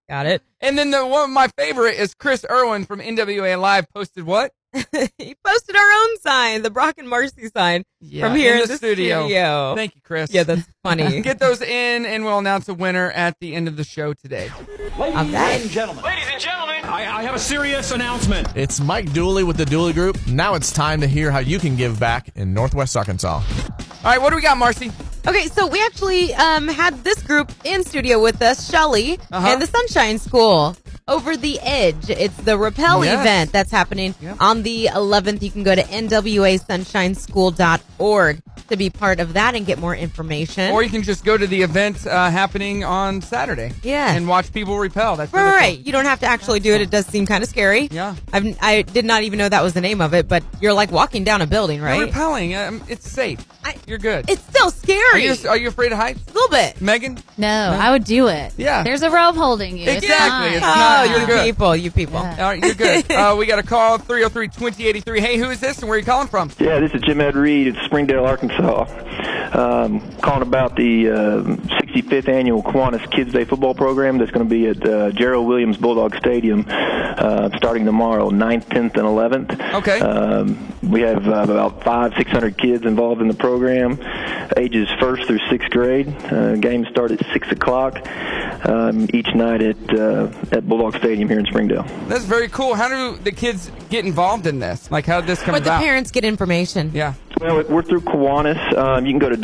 B: Got it.
A: and then the one my favorite is Chris Irwin from NWA Live posted what?
B: he posted our own sign, the Brock and Marcy sign
A: Yeah,
B: from here
A: in
B: in
A: the studio.
B: studio.
A: Thank you, Chris.
B: Yeah, that's funny.
A: Get those in, and we'll announce a winner at the end of the show today.
B: All right.
G: Ladies and gentlemen, I, I have a serious announcement.
H: It's Mike Dooley with the Dooley Group. Now it's time to hear how you can give back in Northwest Arkansas.
A: All right, what do we got, Marcy?
B: Okay, so we actually um, had this group in studio with us, Shelly
A: Uh-huh.
B: and the Sunshine School. Over the Edge. It's the Repel
A: Yes.
B: event that's happening
A: Yep.
B: on the 11th. You can go to nwasunshineschool.org to be part of that and get more information.
A: Or you can just go to the event uh, happening on Saturday.
B: Yeah.
A: And watch people repel. That's
B: right,
A: really
B: right,
A: cool.
B: right. You don't have to actually do it. It does seem kind of scary.
A: Yeah.
B: I've, I did not even know that was the name of it, but you're like walking down a building,
A: You're
B: right?
A: repelling. Um, it's safe.
B: I-
A: You're good.
B: it's still
A: are,
B: scary.
A: you,
B: a
A: are you afraid of heights?
B: little bit.
A: Megan?
E: No, I would do it.
A: Yeah.
E: There's a rope holding you. It's
A: Exactly.
E: fine.
A: It's
B: Oh,
A: not-
B: you
A: good.
B: people, you people.
E: Yeah.
A: All right, you're good. uh, we got a call 303 2083. Hey, who is this and where are you calling from?
I: Yeah, this is Jim Ed Reed in Springdale, Arkansas. Um, calling about the uh, 65th annual Kiwanis Kids Day football program that's going to be at uh, Gerald Williams Bulldog Stadium uh, starting tomorrow, 9th, 10th, and 11th.
A: Okay.
I: Um, we have uh, about five, 600 kids involved in the program, ages first through sixth grade. Uh, games start at 6 o'clock um, each night at, uh, at Bulldog Stadium here in Springdale.
A: That's very cool. How do the kids get involved in this? Like, how did this come
B: But the
A: about?
B: parents get information.
A: yeah.
I: Well, we're through Kiwanis. Um, you can go to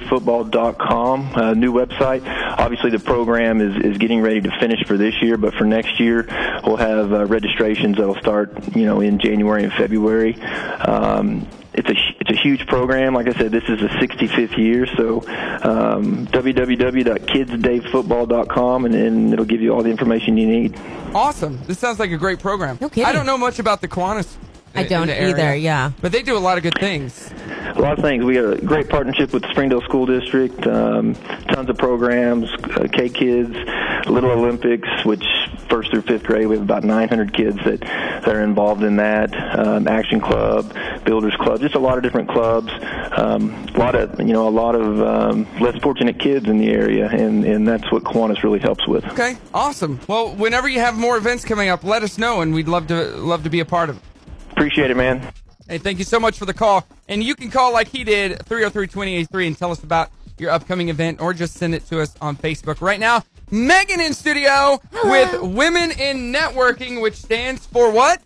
I: www.kidsdayfootball.com, uh, new website. Obviously, the program is, is getting ready to finish for this year, but for next year, we'll have uh, registrations that'll start, you know, in January and February. Um, it's a hu- it's a huge program. Like I said, this is the 65th year. So um, www.kidsdayfootball.com, and, and it'll give you all the information you need.
A: Awesome. This sounds like a great program.
B: No kidding.
A: I don't know much about the Kiwanis.
B: I
A: in
B: don't
A: the area,
B: either, yeah.
A: But they do a lot of good things.
I: a lot of things. We got a great partnership with the Springdale School District, um, tons of programs, uh, K Kids, Little Olympics, which first through fifth grade, we have about 900 kids that, that are involved in that, um, Action Club, Builders Club, just a lot of different clubs, um, a lot of, you know, a lot of um, less fortunate kids in the area, and, and that's what Kiwanis really helps with.
A: Okay. Awesome. Well, whenever you have more events coming up, let us know, and we'd love to love to be a part of it.
I: Appreciate it, man.
A: Hey, thank you so much for the call. And you can call like he did, 303-2083, and tell us about your upcoming event or just send it to us on Facebook. Right now, Megan in studio with Women in Networking, which stands for what?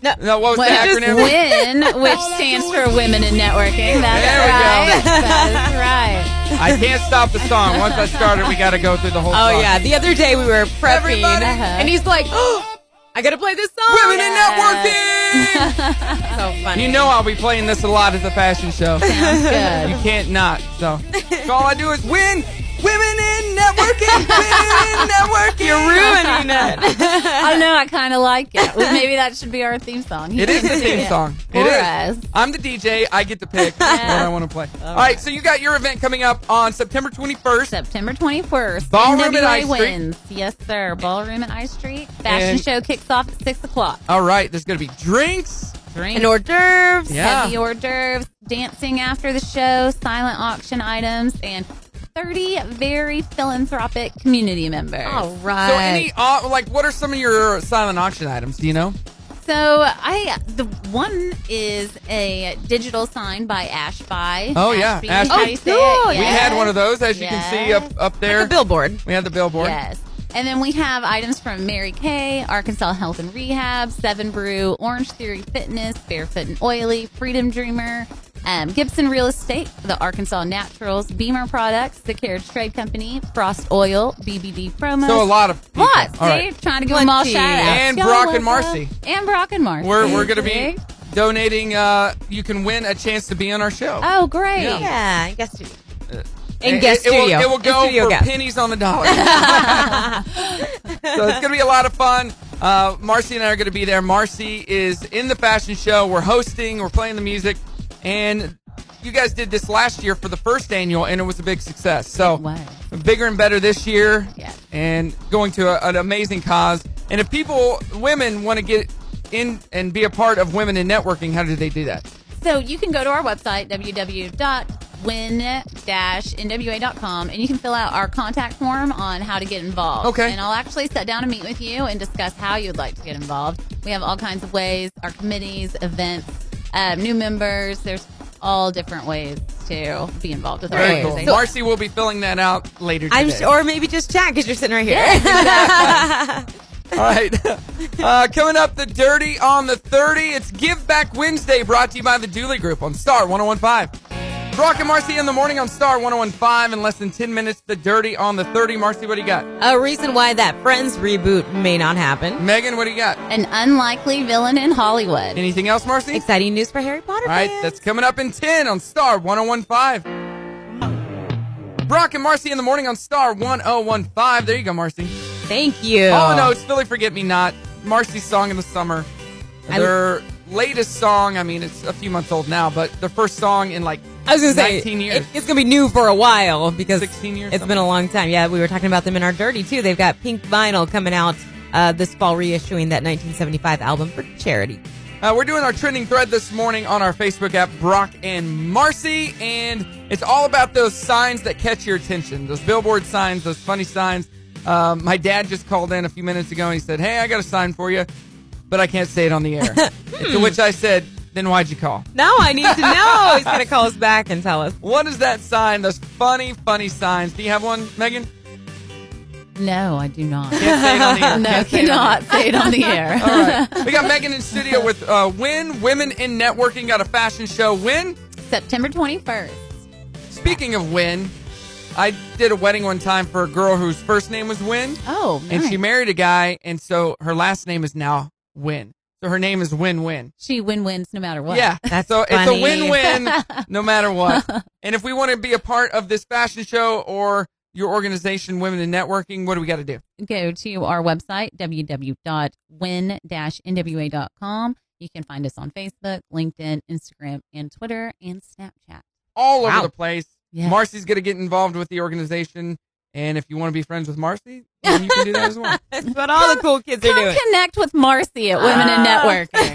B: No.
A: No, what was
E: What
A: the
E: is
A: acronym? Oh,
E: WIN, which stands for Women in Networking. That's
A: There we
E: right. That's right.
A: I can't stop the song. Once I started, we got to go through the whole
B: Oh
A: song.
B: yeah, the other day we were prepping,
A: Everybody.
E: Uh-huh.
B: and he's like, "Oh, I gotta play this song."
A: Women in Networking!
B: It's Oh, so funny.
A: you know I'll be playing this a lot at the fashion show.
E: Good.
A: You can't not. So, so all I do is win. Women in Networking! Women in Networking!
B: you're ruining it.
E: I don't know. Oh, I kind of like it. Well, maybe that should be our theme song.
A: It is the theme song.
E: For
A: It is.
E: us.
A: I'm the DJ. I get to pick what I want to play. All right, so you got your event coming up on September 21st.
E: September 21st.
A: Ballroom at
E: NWA
A: I Street.
E: wins. Yes, sir. Ballroom at I Street. Fashion
A: And-
E: show kicks off at 6 o'clock.
A: All right, there's going to be drinks.
E: Drink.
B: and hors d'oeuvres.
A: Yeah.
E: Heavy hors d'oeuvres, dancing after the show, silent auction items, and 30 very philanthropic community members.
B: All
A: So,
B: right.
A: any, uh, like, what are some of your silent auction items? Do you know?
E: So I the one is a digital sign by Ashby.
A: Oh, yeah.
E: Ashby,
A: Ashby.
E: how
A: Oh,
E: do you say
B: cool.
E: it?
A: We
E: Yes.
A: had one of those, as you can see
E: Yes.
A: up, up there.
B: like a billboard.
A: we had the billboard.
E: Yes. And then we have items from Mary Kay, Arkansas Health and Rehab, Seven Brew, Orange Theory Fitness, Barefoot and Oily, Freedom Dreamer, um, Gibson Real Estate, the Arkansas Naturals, Beamer Products, the Carriage Trade Company, Frost Oil, BBD Promos.
A: So, a lot of people.
E: Lots,
A: All
E: see?
A: right.
E: Trying to give them all
B: Plenty.
E: shout outs.
A: And Brock and Marcy.
E: And Brock and Marcy.
A: We're, we're going to be
E: See?
A: donating. Uh, you can win a chance to be on our show.
E: Oh, great.
B: Yeah, I guess. You, In
A: Uh, It-
B: guest
A: it, it will-
B: studio.
A: It will
B: In
A: go
B: studio
A: for
B: guest.
A: pennies on the dollar. so it's going to be a lot of fun. Uh, Marcy and I are going to be there. Marcy is in the fashion show. We're hosting. We're playing the music, and you guys did this last year for the first annual, and it was a big success. So
E: was.
A: bigger and better this year,
E: Yeah.
A: and going to a, an amazing cause. And if people, women, want to get in and be a part of Women in Networking, how do they do that?
E: So you can go to our website, www.win-nwa.com, and you can fill out our contact form on how to get involved.
A: Okay.
E: And I'll actually sit down and meet with you and discuss how you'd like to get involved. We have all kinds of ways, our committees, events, um, new members. There's all different ways to be involved with our
A: Very cool.
E: organization.
A: Marcy will be filling that out later today.
B: I'm s- or maybe just chat because you're sitting right here.
A: All right. Uh, coming up, the dirty on the 30. It's Give Back Wednesday brought to you by the Dooley Group on Star 1015. Brock and Marcy in the morning on Star 1015. In less than 10 minutes, the dirty on the 30. Marcy, what do you got?
B: A reason why that Friends reboot may not happen.
A: Megan, what do you got?
E: An unlikely villain in Hollywood.
A: Anything else, Marcy?
B: Exciting news for Harry Potter
A: All right,
B: fans.
A: that's coming up in 10 on Star 1015. Brock and Marcy in the morning on Star 1015. There you go, Marcy.
B: Thank you.
A: Oh no, it's Philly Forget Me Not, Marcy's song in the summer.
B: I-
A: Their latest song, I mean, it's a few months old now, but their first song in like
B: I was gonna say
A: 19 years.
B: it- it's gonna be new for a while because
A: 16 years,
B: It's been a long time. Yeah, we were talking about them in our dirty too. They've got Pink Vinyl coming out uh, this fall, reissuing that 1975 album for charity.
A: Uh, we're doing our trending thread this morning on our Facebook app, Brock and Marcy, and it's all about those signs that catch your attention. Those billboard signs, those funny signs. Um, my dad just called in a few minutes ago and he said, "Hey, I got a sign for you, but I can't say it on the air." to which I said, "Then why'd you call?"
B: Now I need to know. He's gonna call us back and tell us.
A: What is that sign? Those funny, funny signs. Do you have one, Megan?
E: No, I do not.
A: Can't say it on the air.
E: No,
A: Can't say it on the air.
E: cannot say it on the air.
A: All right. We got Megan in studio with uh, Win Women in Networking. Got a fashion show. Win.
E: September 21st.
A: Speaking of Win, I did a wedding one time for a girl whose first name was Win,
E: Oh,
A: and
E: nice.
A: she married a guy, and so her last name is now Win. So her name is Win Win.
E: she win-wins no matter what.
A: Yeah.
B: That's
A: so it's a
B: funny.
A: win-win no matter what. and if we want to be a part of this fashion show or your organization, Women in Networking, what do we got to do?
E: go to our website, www.win-nwa.com. You can find us on Facebook, LinkedIn, Instagram, and Twitter, and Snapchat.
A: all
B: Wow.
A: over the place.
E: Yeah.
A: Marcy's going to get involved with the organization. And if you want to be friends with Marcy, then you can do that as well.
B: That's what all the cool kids are
E: Come
B: doing.
E: connect with Marcy
A: Ah.
E: at Women in Networking.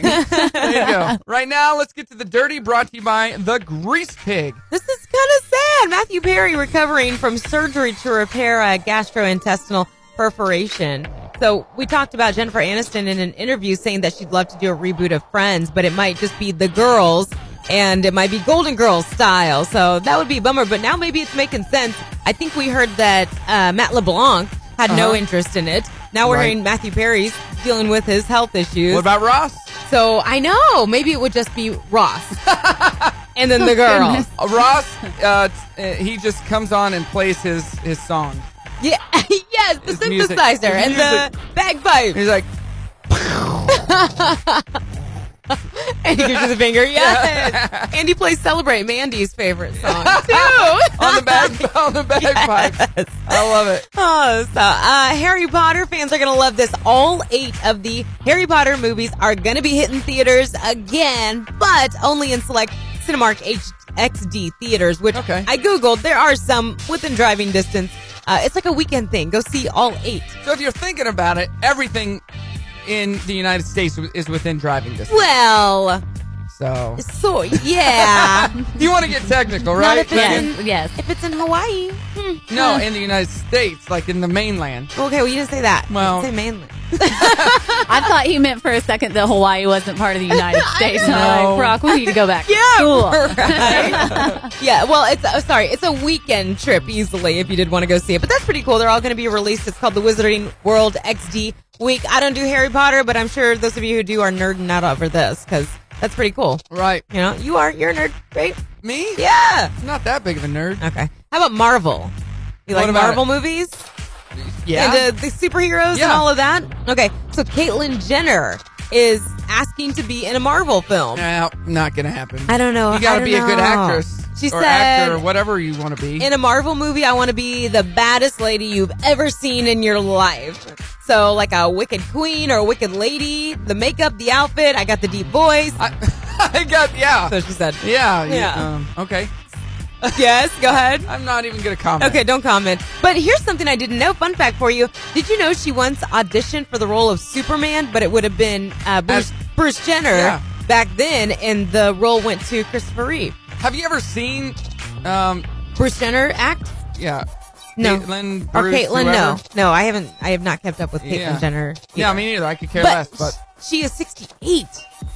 A: There you go. Right now, let's get to the dirty brought to you by the Grease Pig.
B: This is kind of sad. Matthew Perry recovering from surgery to repair a gastrointestinal perforation. So we talked about Jennifer Aniston in an interview saying that she'd love to do a reboot of Friends, but it might just be the girls and it might be Golden Girls style. So that would be a bummer, but now maybe it's making sense. I think we heard that uh, Matt LeBlanc had no
A: Uh-huh.
B: interest in it. Now we're
A: Right.
B: hearing Matthew Perry's dealing with his health issues.
A: What about Ross?
B: so I know maybe it would just be Ross and then the girls.
A: Uh, Ross, uh, t- uh, he just comes on and plays his, his song.
B: Yeah, yes, the
A: It's
B: synthesizer
A: music.
B: and
A: It's
B: the bagpipe.
A: He's like,
B: And he gives you the finger. Yes. and he plays "Celebrate," Mandy's favorite song too.
A: on the bag, on the bagpipes. I love it.
B: Oh, so uh, Harry Potter fans are going to love this. All eight of the Harry Potter movies are going to be hitting theaters again, but only in select Cinemark H- XD theaters, which
A: Okay.
B: I Googled. There are some within driving distance. Uh, it's like a weekend thing. Go see all eight.
A: So if you're thinking about it, everything in the United States w- is within driving distance.
B: Well,
A: So
B: so yeah.
A: you want to get technical, right?
B: if it's
A: Megan?
B: in-
E: yes, yes.
B: if it's in Hawaii.
A: No, in the United States, like in the mainland.
B: Okay, well, you didn't say that.
A: Well-
B: You say mainland.
E: I thought he meant for a second that Hawaii wasn't part of the United States. And I'm
A: No.
E: like, Brock, we need to go back. to
B: Yeah,
E: school.
B: right. yeah. Well, it's uh, sorry, it's a weekend trip easily if you did want to go see it. But that's pretty cool. They're all going to be released. It's called the Wizarding World XD Week. I don't do Harry Potter, but I'm sure those of you who do are nerding out over this because that's pretty cool.
A: Right.
B: You know, you are you're a nerd, right?
A: Me?
B: Yeah.
A: I'm not that big of a nerd.
B: Okay. How about Marvel? You
A: What
B: like
A: about
B: Marvel movies? and uh, the, the superheroes and
A: Yeah.
B: all of that. Okay, so Caitlyn Jenner is asking to be in a Marvel film.
A: No, not gonna happen.
B: I don't know.
A: You gotta
B: I
A: be a
B: don't
A: good
B: know.
A: actress.
B: She
A: or
B: said-
A: actor or whatever you want to be.
B: in a Marvel movie, I want to be the baddest lady you've ever seen in your life. So, like a wicked queen or a wicked lady, the makeup, the outfit, I got the deep voice.
A: I got yeah,
B: So she said,
A: yeah, you-
B: Yeah.
A: um, okay,
B: yes, go ahead.
A: I'm not even gonna comment.
B: Okay, don't comment. But here's something I didn't know. Fun fact for you. Did you know she once auditioned for the role of Superman, but it would have been uh, Bruce,
A: As-
B: Bruce Jenner
A: Yeah.
B: back then, and the role went to Christopher Reeve.
A: Have you ever seen? Um,
B: Bruce Jenner act?
A: yeah.
B: No.
A: Caitlyn,
B: Or
A: Bruce,
B: Caitlyn?
A: whoever.
B: No. No, I haven't. I have not kept up with Caitlyn
A: Yeah.
B: Jenner.
A: Yeah,
B: either.
A: I mean either. I could care less, but
B: she is 68,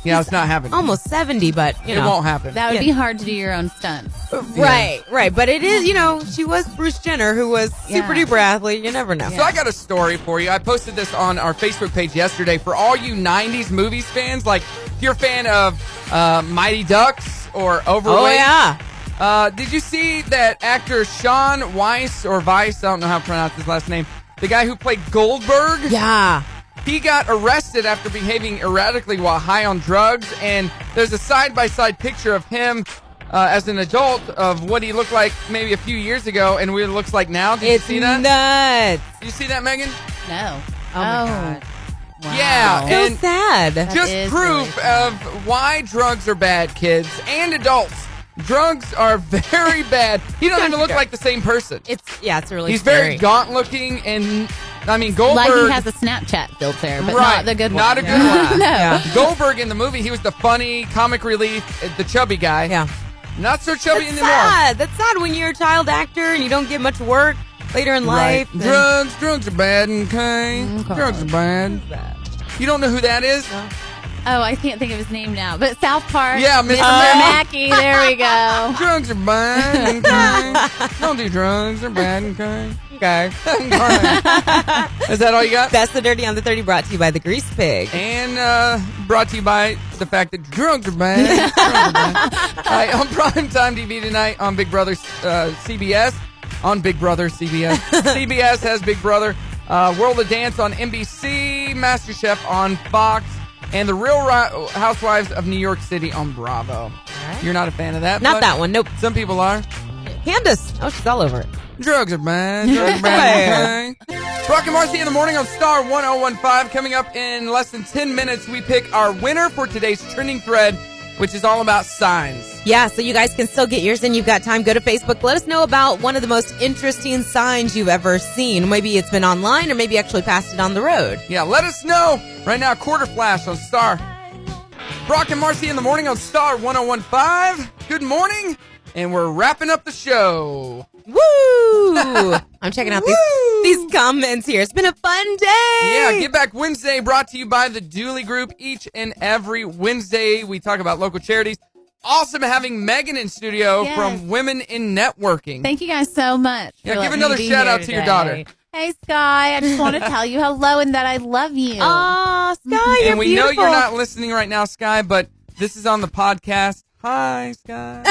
A: yeah, it's not happening.
B: almost 70, but you
A: it
B: know.
A: won't happen.
E: That would
B: Yeah.
E: be hard to do your own stunts.
B: Right, right. But it is, you know, she was Bruce Jenner, who was super
E: Yeah.
B: duper athlete. You never know.
A: So I got a story for you. I posted this on our Facebook page yesterday for all you '90s movies fans. Like, if you're a fan of uh, Mighty Ducks or Overweight,
B: oh, yeah.
A: Uh, did you see that actor Sean Weiss or Weiss? I don't know how to pronounce his last name. The guy who played Goldberg,
B: Yeah.
A: he got arrested after behaving erratically while high on drugs. And there's a side by side picture of him uh, as an adult of what he looked like maybe a few years ago and what he looks like now. Did
B: It's
A: you see that?
B: nuts.
A: Did you see that, Megan?
E: No.
B: Oh, my
E: wow.
A: Yeah,
B: So
A: And-
B: sad.
E: That
A: Just
E: is
A: proof
E: really
A: of why drugs are bad, kids and adults. Drugs are very bad. He doesn't even look like the same person.
B: It's yeah, it's really
A: He's
B: scary.
A: very gaunt looking, and I mean
E: like
A: Goldberg.
E: he has a Snapchat filter, but
A: Right.
E: not the good one.
A: Not a good one.
E: no.
B: Yeah.
A: Goldberg in the movie, he was the funny comic relief, uh, the chubby guy.
B: Yeah.
A: not so chubby
B: That's
A: anymore.
B: sad. That's sad when you're a child actor and you don't get much work later in life.
A: Right.
B: and-
A: Drugs, drugs are bad. Okay,
E: Okay.
A: drugs are bad. You don't know who that is?
E: Oh, I can't think of his name now. But South Park.
A: Yeah, Mr.
E: Mr.
A: Mackey.
E: Mackey. There we go.
A: Drugs are bad. Okay, don't do drugs. They're bad. Okay, okay. Okay. is that all you got?
B: That's the Dirty on the 30 brought to you by the Grease Pig.
A: And uh, brought to you by the fact that drunk man. All right, on primetime TV tonight on Big Brother uh, CBS. On Big Brother CBS. CBS has Big Brother. Uh, World of Dance on NBC. MasterChef on Fox. And The Real Ri- Housewives of New York City on Bravo. You're not a fan of that?
B: Not
A: but
B: that one. Nope.
A: Some people are.
B: Candace. Oh, she's all over it.
A: Drugs are bad. Drugs are bad. okay. Brock and Marcy in the morning on Star 1015. Coming up in less than 10 minutes, we pick our winner for today's trending thread, which is all about signs.
B: Yeah, so you guys can still get yours in. You've got time. Go to Facebook. Let us know about one of the most interesting signs you've ever seen. Maybe it's been online or maybe you actually passed it on the road.
A: Yeah, let us know right now. Quarter flash on Star. Brock and Marcy in the morning on Star 1015. Good morning. And we're wrapping up the show.
B: Woo! I'm checking out these,
A: Woo!
B: these comments here. It's been a fun day.
A: Yeah, Get Back Wednesday brought to you by the Dooley Group. Each and every Wednesday, we talk about local charities. Awesome having Megan in studio
E: Yes.
A: from Women in Networking.
E: Thank you guys so much.
A: Yeah,
E: for
A: give
E: letting
A: another
E: me be
A: shout
E: here
A: out to your daughter.
E: today. Hey, Sky. I just want to tell you hello and that I love you.
A: Oh,
B: Aw, Sky, you're
A: Mm-hmm. and we
B: beautiful.
A: know you're not listening right now, Sky, but this is on the podcast. Hi, Sky.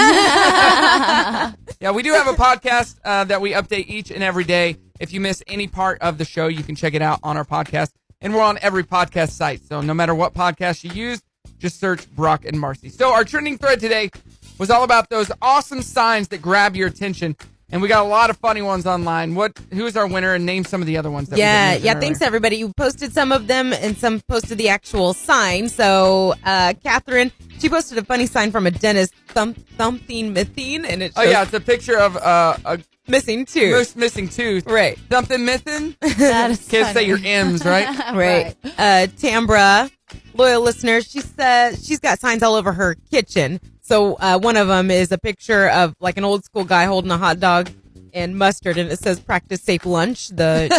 A: yeah, we do have a podcast uh, that we update each and every day. If you miss any part of the show, you can check it out on our podcast. And we're on every podcast site. So no matter what podcast you use, just search Brock and Marcy. So our trending thread today was all about those awesome signs that grab your attention. And we got a lot of funny ones online. What? Who is our winner? And name some of the other ones. That
B: Yeah,
A: we didn't mention
B: yeah.
A: earlier.
B: Thanks everybody. You posted some of them, and some posted the actual sign. So, uh, Catherine, she posted a funny sign from a dentist, thump, thumping methine, and it's
A: Oh yeah, it's a picture of uh, a
B: missing too.
A: Moose missing tooth.
B: Right.
A: Something missing.
E: That is
A: Kids
E: funny.
A: say your M's, right?
B: right. Uh, Tambra, loyal listener, she says she's got signs all over her kitchen. So uh, one of them is a picture of like an old school guy holding a hot dog and mustard, and it says "Practice safe lunch." The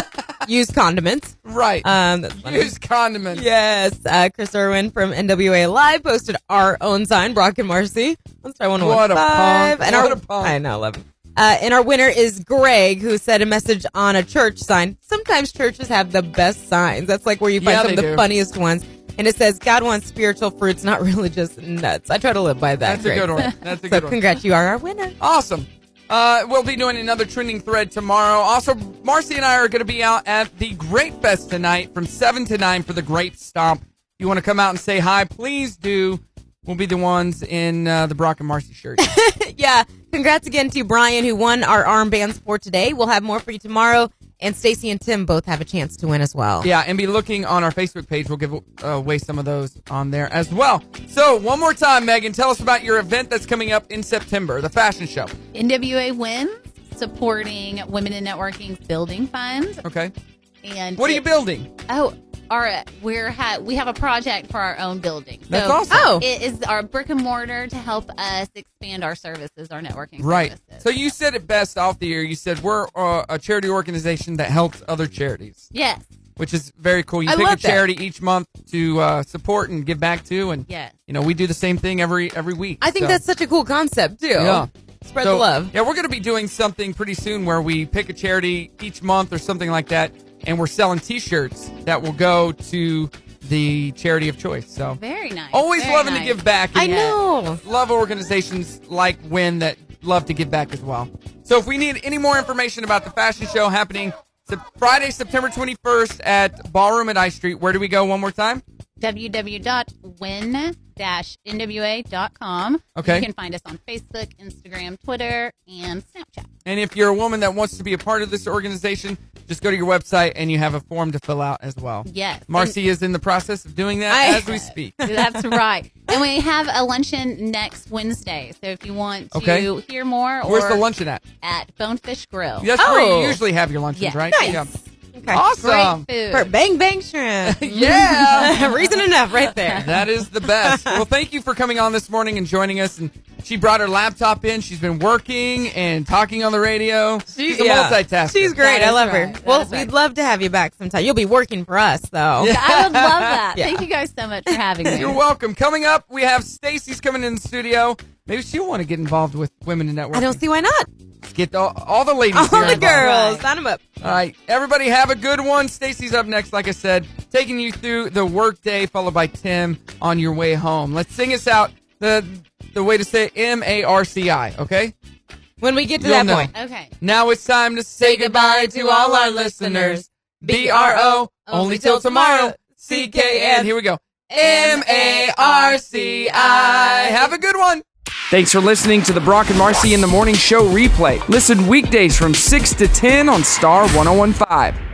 B: used condiments.
A: Right.
B: Um, that's funny.
A: Use condiments.
B: Yes, uh, Chris Irwin from NWA Live posted our own sign, Brock and Marcy. On Star One
A: What a punk.
B: And
A: What
B: our,
A: a punk.
B: I know, love him. Uh, and our winner is Greg, who said a message on a church sign. Sometimes churches have the best signs. That's like where you find
A: Yeah,
B: some of
A: they
B: the
A: do.
B: funniest ones. And it says, "God wants spiritual fruits, not religious nuts." I try to live by that.
A: That's
B: Greg.
A: a good one. That's a
B: So,
A: good one.
B: congrats, you are our winner.
A: Awesome. Uh, we'll be doing another trending thread tomorrow. Also, Marcy and I are going to be out at the Grape Fest tonight from 7 to 9 for the Grape Stomp. If you want to come out and say hi, please do. will be the ones in uh, the Brock and Marcy shirt.
B: yeah. Congrats again to Brian who won our armbands for today. We'll have more for you tomorrow. And Stacy and Tim both have a chance to win as well.
A: yeah, and be looking on our Facebook page. We'll give uh, away some of those on there as well. So, one more time, Megan, tell us about your event that's coming up in September, the fashion show.
E: NWA wins supporting Women in Networking's building fund.
A: Okay.
E: And
A: What are you
E: it-
A: building?
E: Oh, all right. We're ha- we have a project for our own building. So
A: That's awesome.
B: Oh.
E: It is our brick and mortar to help us expand our services, our networking
A: Right.
E: services.
A: So, you said it best off the air. You said we're uh, a charity organization that helps other charities,
E: yes,
A: which is very cool. You
B: I
A: pick a
B: love that.
A: charity each month to uh, support and give back to. And,
E: yes.
A: you know, we do the same thing every every week.
B: I think
A: So-
B: that's such a cool concept too.
A: Yeah.
B: Spread
A: So,
B: the love.
A: Yeah, we're going to be doing something pretty soon where we pick a charity each month or something like that, and we're selling T-shirts that will go to the charity of choice. So
E: Very nice.
A: always
E: Very
A: loving to
E: nice.
A: give back.
B: I
A: and
B: know.
A: Love organizations like Win that love to give back as well. So if we need any more information about the fashion show happening Sep- Friday, September 21st at Ballroom at I Street, where do we go one more time?
E: www.win-nwa.com.
A: Okay.
E: You can find us on Facebook, Instagram, Twitter, and Snapchat.
A: And if you're a woman that wants to be a part of this organization, just go to your website and you have a form to fill out as well.
E: Yes.
A: Marcy is in the process of doing that
B: I-
A: as we speak.
E: And- That's right. And we have a luncheon next Wednesday. So if you want to
A: Okay.
E: hear more or
A: Where's the luncheon at?
E: at Bonefish Grill.
A: That's where
B: Oh.
A: you usually have your luncheons,
E: Yeah.
A: right?
B: Nice. Okay.
A: Awesome.
E: Great
B: For
E: food.
B: bang bang shrimp.
A: Yeah.
B: Reason enough right there.
A: That is the best. well, thank you for coming on this morning and joining us. And she brought her laptop in. She's been working and talking on the radio. She's a
B: yeah.
A: multitasker.
B: She's great.
E: That
B: I
E: is
B: love
E: right.
B: her.
E: That
B: Well,
E: is right.
B: we'd love to have you back sometime. You'll be working for us though.
E: I would love that.
B: Yeah.
E: Thank you guys so much for having me.
A: You're welcome. Coming up, we have Stacy's coming in the studio. Maybe she'll want to get involved with women in networking.
B: I don't see why not.
A: get the, all the ladies.
B: All
A: here
B: the
A: involved.
B: girls. Sign them up.
A: All right, everybody have a good one. Stacy's up next, like I said, taking you through the workday, followed by Tim on your way home. Let's sing us out the the way to say M A R C I. Okay.
B: When we get to
A: You'll
B: that
A: know.
B: point.
E: Okay.
A: Now it's time to say goodbye to all our listeners. B R O only till tomorrow. C K N. Here we go. M A R C I. Have a good one.
C: Thanks for listening to the Brock and oh Marcy in the Morning Show replay. Listen weekdays from 6 to 10 on Star 1015.